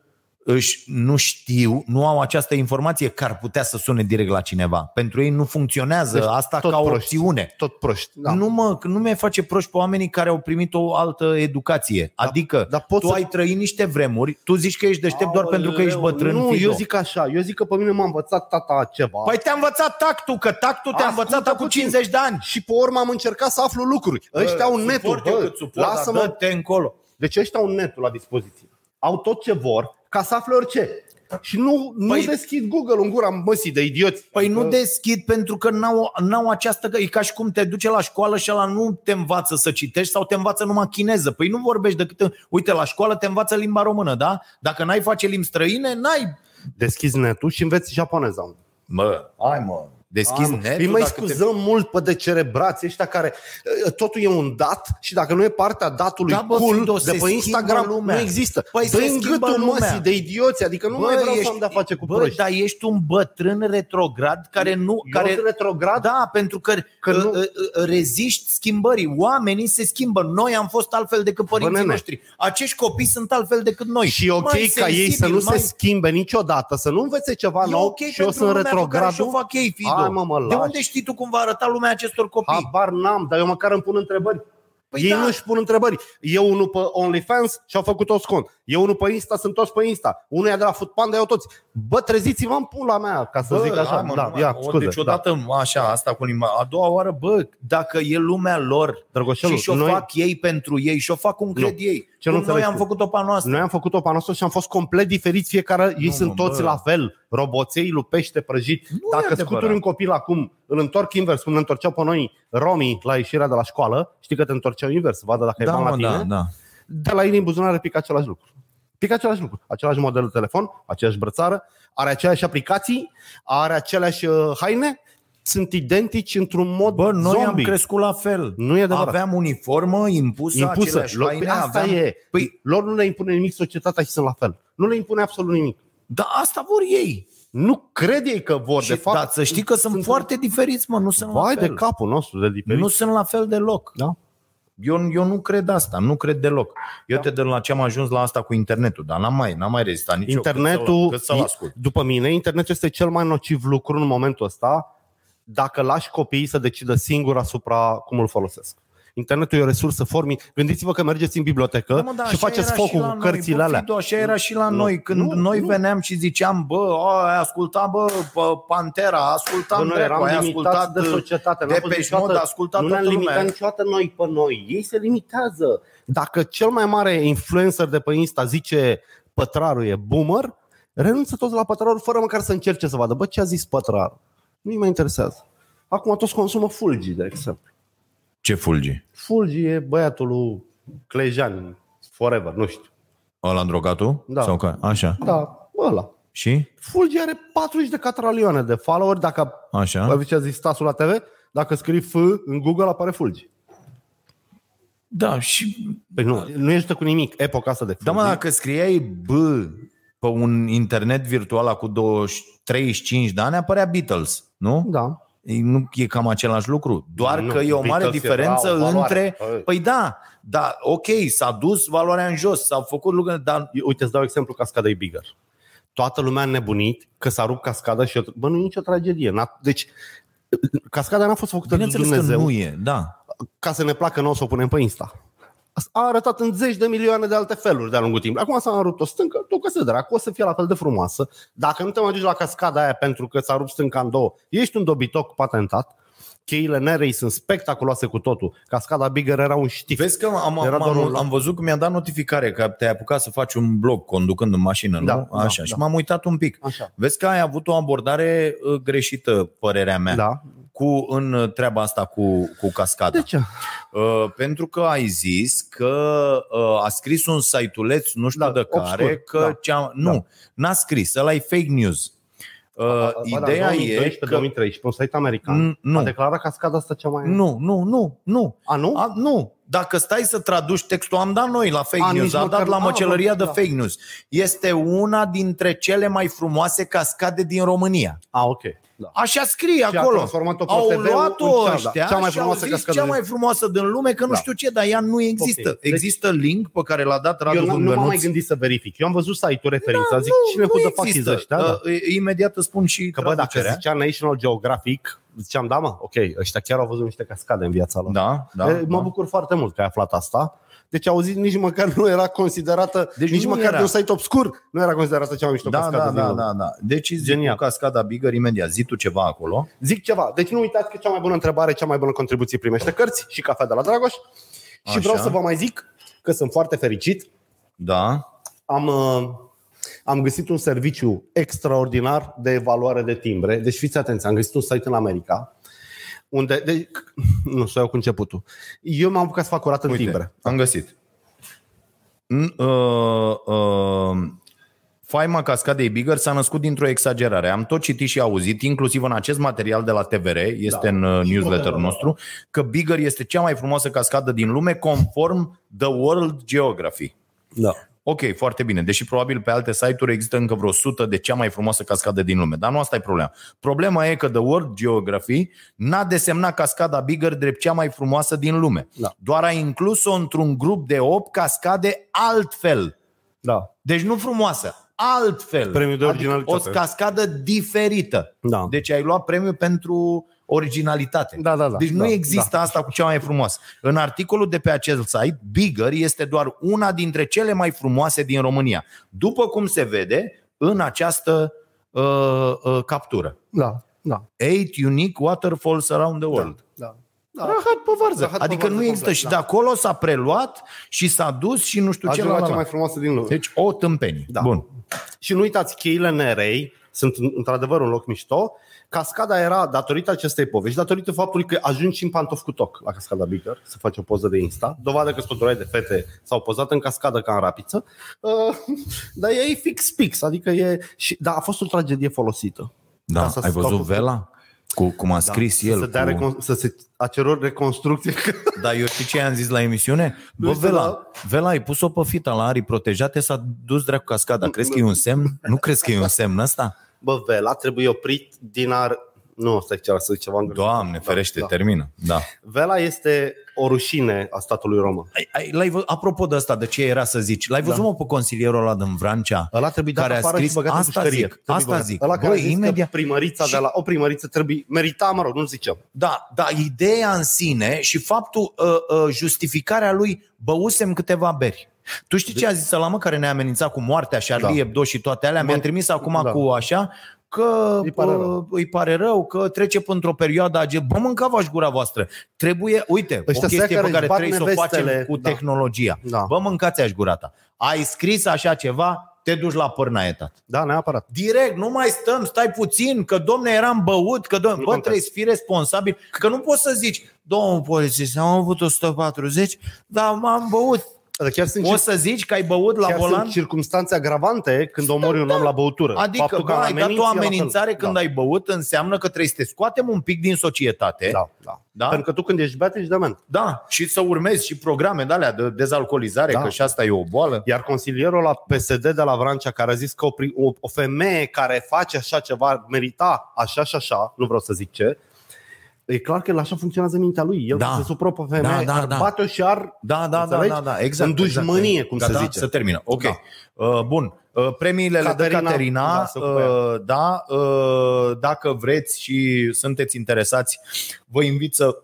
își, nu știu, nu au această informație că ar putea să sune direct la cineva. Pentru ei nu funcționează
Deci
deci, asta
tot
ca o
proști.
opțiune.
Tot proști. Da.
Da. Nu, mă, nu mi-ai face proști pe oamenii care au primit o altă educație. Da, adică
dar
dar
pot
tu
să-
ai trăit niște vremuri, tu zici că ești deștept doar pentru că ești bătrân.
Nu,
Fido.
eu zic așa. Eu zic că pe mine m-a învățat tata ceva.
Păi te-a învățat tactul, că tactul te-a
Ascultă
învățat acum
puțin.
50 de ani.
și pe urmă am încercat să aflu lucruri. Ăștia au netul.
eu
bă,
cât suport, dar
lasă-mă.
dă-te încolo.
Deci ăștia au netul la dispoziție. Au tot ce vor ca să afle orice. Și nu,
Păi-
nu deschid Google în gura măsii de idioți.
Păi nu
Adică-
deschid pentru că n-au, n-au această... E ca și cum te duce la școală și ăla nu te învață să citești sau te învață numai chineză. Păi nu vorbești decât... Uite, la școală te învață limba română, da? Dacă n-ai face limbi străine, n-ai...
Deschizi netul și înveți japoneza.
Mă, hai mă. Deschizi
Am-
netul
Îi mai
dacă te-
scuzăm mult pe decerebrați ăștia care e, totul e un dat și dacă nu e partea datului
Da, bă,
cool
Fido,
de
se
pe
schimbă
Instagram
lumea.
nu există.
Păi se
Dă-i în
schimbă
gâtul
lumea.
măsii de idioți, adică nu mai vreau să am de-a face cu
bă,
proști.
dar ești un bătrân retrograd care nu...
Eu
care,
sunt retrograd?
Da, pentru că,
Că
că
nu-
nu... reziști schimbării. Oamenii se schimbă. Noi am fost altfel decât părinții
nene.
noștri. Acești copii sunt altfel decât noi.
Și e ok
Mai
ca ei să
sensibil,
nu se
mai-
schimbe niciodată, să nu învețe ceva
E
nou
ok
și eu sunt retrograd.
Și o fac ei, Fido.
Hai, mă, mă,
de
lași.
unde știi tu cum va arăta lumea acestor copii?
Habar n-am, dar eu măcar îmi pun întrebări. Păi
Păi
ei
da.
nu își pun întrebări. Eu unul pe OnlyFans și-au făcut toți cont. Eu unul pe Insta, sunt toți pe Insta. Unul e de la Foodpanda, eu toți. Bă, treziți-vă în pula mea, ca să zic așa.
hai, mă,
da,
nu mai-
ia,
o-
scuze.
deci
da.
odată, așa, asta cu limba. A doua oară, bă, dacă e lumea lor
Drăgoșelul,
și și-o
noi-
fac ei pentru ei și-o fac cum cred ei.
Ce nu
cum noi
înțelegi
am
tu?
făcut-o pe a noastră.
Noi am făcut-o pe a noastră și am fost complet diferiți fiecare. Ei
Nu,
sunt
mă,
toți
bă.
la fel. Roboței, lupește, prăjit.
Nu e
Dacă
adevărat.
scuturi un copil acum, îl întorc invers, cum ne întorceau pe noi romii la ieșirea de la școală, știi că te întorceau invers, să vadă dacă e bani la tine.
da.
de la ei din buzunare pică același lucru. Pică același lucru. Același model de telefon, aceeași brățară, are aceleași aplicații, are aceleași uh, haine, sunt identici într-un mod
Bă, noi
zombie.
Zombie. am crescut la fel.
Nu e adevărat.
Aveam uniformă impusă,
impusă.
aceleași
Lor,
haine,
păi asta
aveam...
e.
Păi-
Păi... Lor nu le impune nimic societatea și sunt la fel. Nu le impune absolut nimic.
Da, asta vor ei.
Nu crede ei că vor,
Și,
de fapt.
dar să știi că sunt, sunt foarte diferiți, mă, nu sunt
Vai
la fel.
de capul nostru de diferit.
nu
Nu...
sunt la fel deloc.
Da?
Eu, eu nu cred asta, nu cred deloc. Eu
Da.
da. te de la ce am ajuns la asta cu internetul, dar n-am mai, n-am mai rezistat nici eu.
Internetul,
Cât să-l, cât să-l ascult.
după mine, internetul este cel mai nociv lucru în momentul ăsta dacă lași copiii să decidă singur asupra cum îl folosesc. Internetul e o resursă formi. Gândiți-vă că mergeți în bibliotecă
Da, mă, da,
și
așa
faceți
era
focul
la
cu
noi,
cărțile
bă,
alea.
Fido, așa era și la
Nu,
noi. Când
nu,
noi
nu.
veneam și ziceam, bă, a, ai ascultat, bă, pe Pantera,
Bă,
ascultam
noi eram
Dracu, ai
limitați
ascultat uh,
de societate. n-am
de
fost
pe
niciodată-
mod, ascultat
nu
toată
ne-am limitat
lumea.
niciodată noi pe noi. Ei se limitează. Dacă cel mai mare influencer de pe Insta zice pătrarul e boomer, renunță toți la pătrarul fără măcar să încerce să vadă. Bă, ce a zis pătrarul? Nu-i mai interesează. Acum toți consumă fulgi, de exemplu.
Ce fulgi?
Fulgi e băiatul lui Clejan, forever, nu știu.
Ăla drogatul?
Da.
Sau care? Așa.
Da, ăla.
Și?
Fulgi are 40 de catralioane de follower, dacă
Așa.
Aveți ce a zis stasul la TV? Dacă scrii F în Google apare fulgi.
Da, și...
Păi nu, nu ești cu nimic epoca asta de fulgi.
Da, mă, dacă scriai B pe un internet virtual acum 20, 35 de ani, apărea Beatles, nu?
da.
Ei, Nu e cam același lucru. Doar
Nu,
că e o mare
Beatles era
diferență
o valoare.
între...
Păi.
Păi da, da, ok, s-a dus valoarea în jos, s-au făcut lucruri, dar...
Eu- Uite, îți dau exemplu cascada e bigger. Toată lumea a nebunit că s-a rupt cascada și eu... Bă, nu e nicio tragedie. N-a... Deci Cascada n-a fost făcută de
Bineînțeles că
Dumnezeu
nu e, da.
ca să ne placă, nu o să o punem pe Insta. A arătat în zeci de milioane de alte feluri de-a lungul timpului. Acum s-a înrupt o stâncă, tu că se dracu, o să fie la fel de frumoasă. Dacă nu te mai duci la cascada aia pentru că s-a rupt stânca în două, ești un dobitoc patentat. Cheile nerei sunt spectaculoase cu totul. Cascada Bigger era un știf.
Vezi că am,
Era
am,
doar un
am,
loc.
am văzut că mi-a dat notificare că te-ai apucat să faci un blog conducând în mașină,
Da,
nu?
da,
Așa,
da.
și m-am uitat un pic.
Așa.
Vezi că ai avut o abordare uh, greșită, părerea mea,
Da.
cu în uh, treaba asta cu, cu cascada.
De ce?
Uh, pentru că ai zis că uh, a scris un site-uleț, nu știu da,
Da,
de
obscur,
care, că
da. da,
cea... nu, da. n-a scris, ăla e fake news. Uh, ideea e că...
2013, pe un site american,
Mm, nu.
a declarat cascada asta cea mai...
Nu, nu, nu, nu.
A, nu?
A, nu. Dacă stai să traduci textul, am dat noi la fake
A,
news,
nici
am
măcar-
dat la
a,
măcelăria
bă,
de
da.
fake news. Este una dintre cele mai frumoase cascade din România.
A, ok. Da.
Așa scrie
Și a
acolo.
transformat-o pe
Au
TV-ul în
luat-o
cea, da,
ăștia
cea mai
și au
frumoasă
zis
cascadă
cea
din-
mai frumoasă din lume, că nu
Da.
știu ce, dar ea nu există.
Ok. Deci-
Există link pe care l-a dat Radu
Eu nu, nu m-am mai
Bângănuț.
gândit să verific. Eu am văzut site-ul referință, zic,
Nu,
cine
nu
putea fac
există.
ăștia? Da.
Uh, Imediat îți spun și
Că bă, dacă
traducerea.
zicea National Geographic, ziceam, da mă, ok, ăștia chiar au văzut niște cascade în viața lor.
Da, da.
E, mă
da.
bucur foarte mult că ai aflat asta. Deci auzi, nici măcar nu era considerată,
Deci
deci nici
nu
măcar
era.
de un site obscur, nu era considerată cea mai mișto
Da,
cascadă
da,
din
da,
lume.
da, da. Deci Genial.
Genial.
cu cascada Bigger imediat. Zi tu ceva acolo.
Zic ceva, deci nu uitați că cea mai bună întrebare, cea mai bună contribuție primește cărți și cafea de la Dragoș.
Așa.
Și vreau să vă mai zic că sunt foarte fericit
Da.
am, uh, am găsit un serviciu extraordinar de evaluare de timbre. Deci fiți atenți, am găsit un site în America unde, de, nu știu eu cu începutul, eu m-am apucat să fac curat în
Uite,
timbre. Da.
am găsit. N- uh, uh, Faima cascadei Bigger s-a născut dintr-o exagerare. Am tot citit și auzit, inclusiv în acest material de la TVR, este
Da.
în uh,
Și
newsletterul
programul
nostru, că Bigger este cea mai frumoasă cascadă din lume, conform The World Geography.
Da.
Ok, foarte bine. Deși probabil pe alte site-uri există încă vreo 100 de cea mai frumoasă cascadă din lume. Dar nu asta e problema. Problema e că The World Geography n-a desemnat cascada Bigger drept cea mai frumoasă din lume.
Da.
Doar a inclus-o într-un grup de 8 cascade altfel.
Da.
Deci nu frumoasă, altfel.
Premiul de
o
originalitate.
cascadă diferită.
Da.
Deci ai luat premiul pentru originalitate.
Da, da, da.
Deci nu
Da,
există asta cu cea mai frumoasă. În articolul de pe acest site, Bigger este doar una dintre cele mai frumoase din România. După cum se vede în această uh, uh, captură.
Da. Da.
Eight unique waterfalls around the world.
Da.
Da. Rahat pe varză.
Rahat pe
adică
varză
nu există
complet,
și
da.
de acolo s-a preluat și s-a dus și nu știu ce.
Ajung
La,
la
la,
cea
la.
mai frumoasă din lume.
Deci o tâmpenie.
Da.
Bun.
Și nu uitați, cheile nerei sunt într-adevăr un loc mișto. Cascada era datorită acestei povești, datorită faptului că ajungi în pantof cu toc la cascada Bigger, să faci o poză de Insta. Dovadă că sunt de fete s-au pozat în cascadă ca în rapiță. Uh, dar e fix pix, adică e... Și, da, a fost o tragedie folosită.
Da,
Ca să
ai văzut
scopul-
Vela? Cu, cum a scris
să, se
el.
dea
cu...
recon- să se a cerut reconstrucție. Că...
Dar eu știi ce am zis la emisiune?
Nu
Bă,
știu,
Vela,
da.
Vela ai pus-o pe fita la arii protejate, s-a dus dracu cascada. Crezi că e un semn? Nu crezi că e un semn ăsta?
Bă, Vela trebuie oprit din ar... Nu, stai chiar să zic ceva. în greșeală.
Doamne,
Da,
ferește,
da.
termină. Da.
Vela este o rușine a statului român.
Ai, ai, l-ai vă... Apropo de asta, de ce era să zici? L-ai văzut, da. mă, pe consilierul ăla din Vrancea?
Ăla trebuie dat
care a
afară
scris,
și băgat
asta
în pușcărie.
zic,
Trebuie
asta
băgat.
zic.
Ăla care
Băi,
a zis
imediat-
imediat... că primărița
Și-
de la o primăriță trebuie merita, mă rog, nu zicem.
Da, dar ideea în sine și faptul, uh, uh, justificarea lui, băusem câteva beri. Tu știi ce a zis ăla, mă, care ne-a amenințat cu moartea și Charlie
Da.
Hebdo și toate alea? Mi-a trimis acum
da.
cu așa că
Îi pare
uh,
rău.
îi pare rău, că trece într-o perioadă a ge- Bă, mâncava-și gura voastră. Trebuie, uite,
Ăștia
o
sunt
chestie pe care
care își bat
trebuie să o facem
nevestele.
cu
Da.
tehnologia.
Da.
Bă, mâncați-aș gura ta. Ai scris așa ceva, te duci la pârnaie, tată.
Da, neapărat.
Direct, nu mai stăm, stai puțin, că domne eram băut, că domne, bă,
contează.
trebuie să fii responsabil, că nu poți să zici, domnul polițist, am avut 140, dar m-am băut.
Adică chiar sunt,
O să zici că ai băut la
chiar
volan?
sunt circunstanțe agravante când omori un om la băutură.
Adică,
Faptul că
bă, ai dat
ameninți,
o
e la fel.
amenințare când
da.
ai băut, înseamnă că trebuie să te scoatem un pic din societate.
Da, da.
Da?
da. Pentru că tu când ești beat, ești dement.
Da, și să urmezi și programe de alea de dezalcoolizare,
Da.
că și asta e o boală.
Iar consilierul la PSD de la Vrancea care a zis că o, pri- o, o femeie care face așa ceva ar merita așa și așa, nu vreau să zic ce, E clar că el așa funcționează mintea lui. El
Da.
se suprapă femeia,
Da, da,
ar
da.
bate-o și ar...
Da, da, da,
Înțelegi?
da, da, exact.
În dușmănie,
exact.
cum
Gata?
se zice.
Se termină. Ok.
Da.
Uh, bun. Uh, Premiile le dă
Catecana, da,
Riterina,
să
uh, da, uh, dacă vreți și sunteți interesați, vă invit să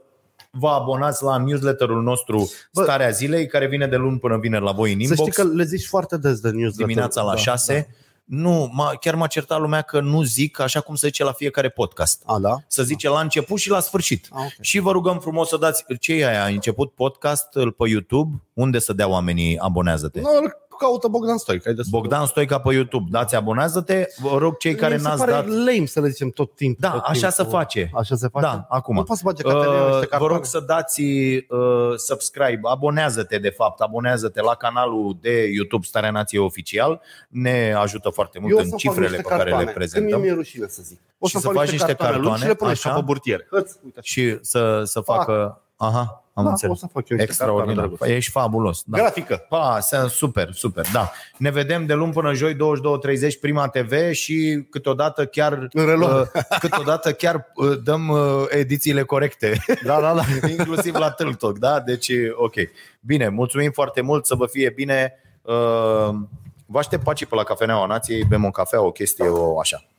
vă abonați la newsletterul nostru
Bă.
Starea Zilei, care vine de luni până vineri la voi în
Să
inbox,
știi că le zici foarte des de newsletter.
dimineața la
Da,
6. Nu, m-a, chiar m-a certat lumea că nu zic așa cum se zice la fiecare podcast.
Da. Ah, A, da?
Să zice la început și la sfârșit.
A, okay.
Și vă rugăm frumos să dați ce e aia, a început podcastul pe YouTube, unde să dea oamenii abonează-te?
Nu, îl caută Bogdan Stoica. ai destul.
Bogdan Stoica pe YouTube, dați abonează-te, vă rog cei care
Mi se
n-ați
pare
dat.
lame să le zicem tot timpul.
Da,
tot
așa se
timpul.
face.
Așa se face?
Da,
Nu
acum.
poți să face Caterina
Uh,
niște
vă
cartone.
rog să dați uh, subscribe, abonează-te de fapt, abonează-te la canalul de YouTube Starea Nației Oficial, ne ajută foarte mult
Eu o să
în
fac
cifrele
niște
pe care
cartoane,
le
Că
prezentăm.
mi-e rușine să zic. O
Și
să
să
fac
faci niște
lungi și
cartoane,
le pun așa
așa?
pe burtiere. Hăț, uite așa.
Și să, să facă... Aha, am
Da, o
înțeles.
să fac eu niște
Extraordinar.
cartoane. drăguțe.
Ești fabulos. Da.
Grafică.
Pa, se- super, super, da. Ne vedem de luni până joi, 22.30, Prima TV și câteodată chiar...
În reluare.
uh, Câteodată chiar uh, dăm uh, edițiile corecte. Da, da, da. Inclusiv la TikTok, da? Deci, ok. Bine, mulțumim foarte mult, să vă fie bine. Uh, Vă aștept paci pe la Cafeneaua Nației, bem o cafea, o chestie, o așa.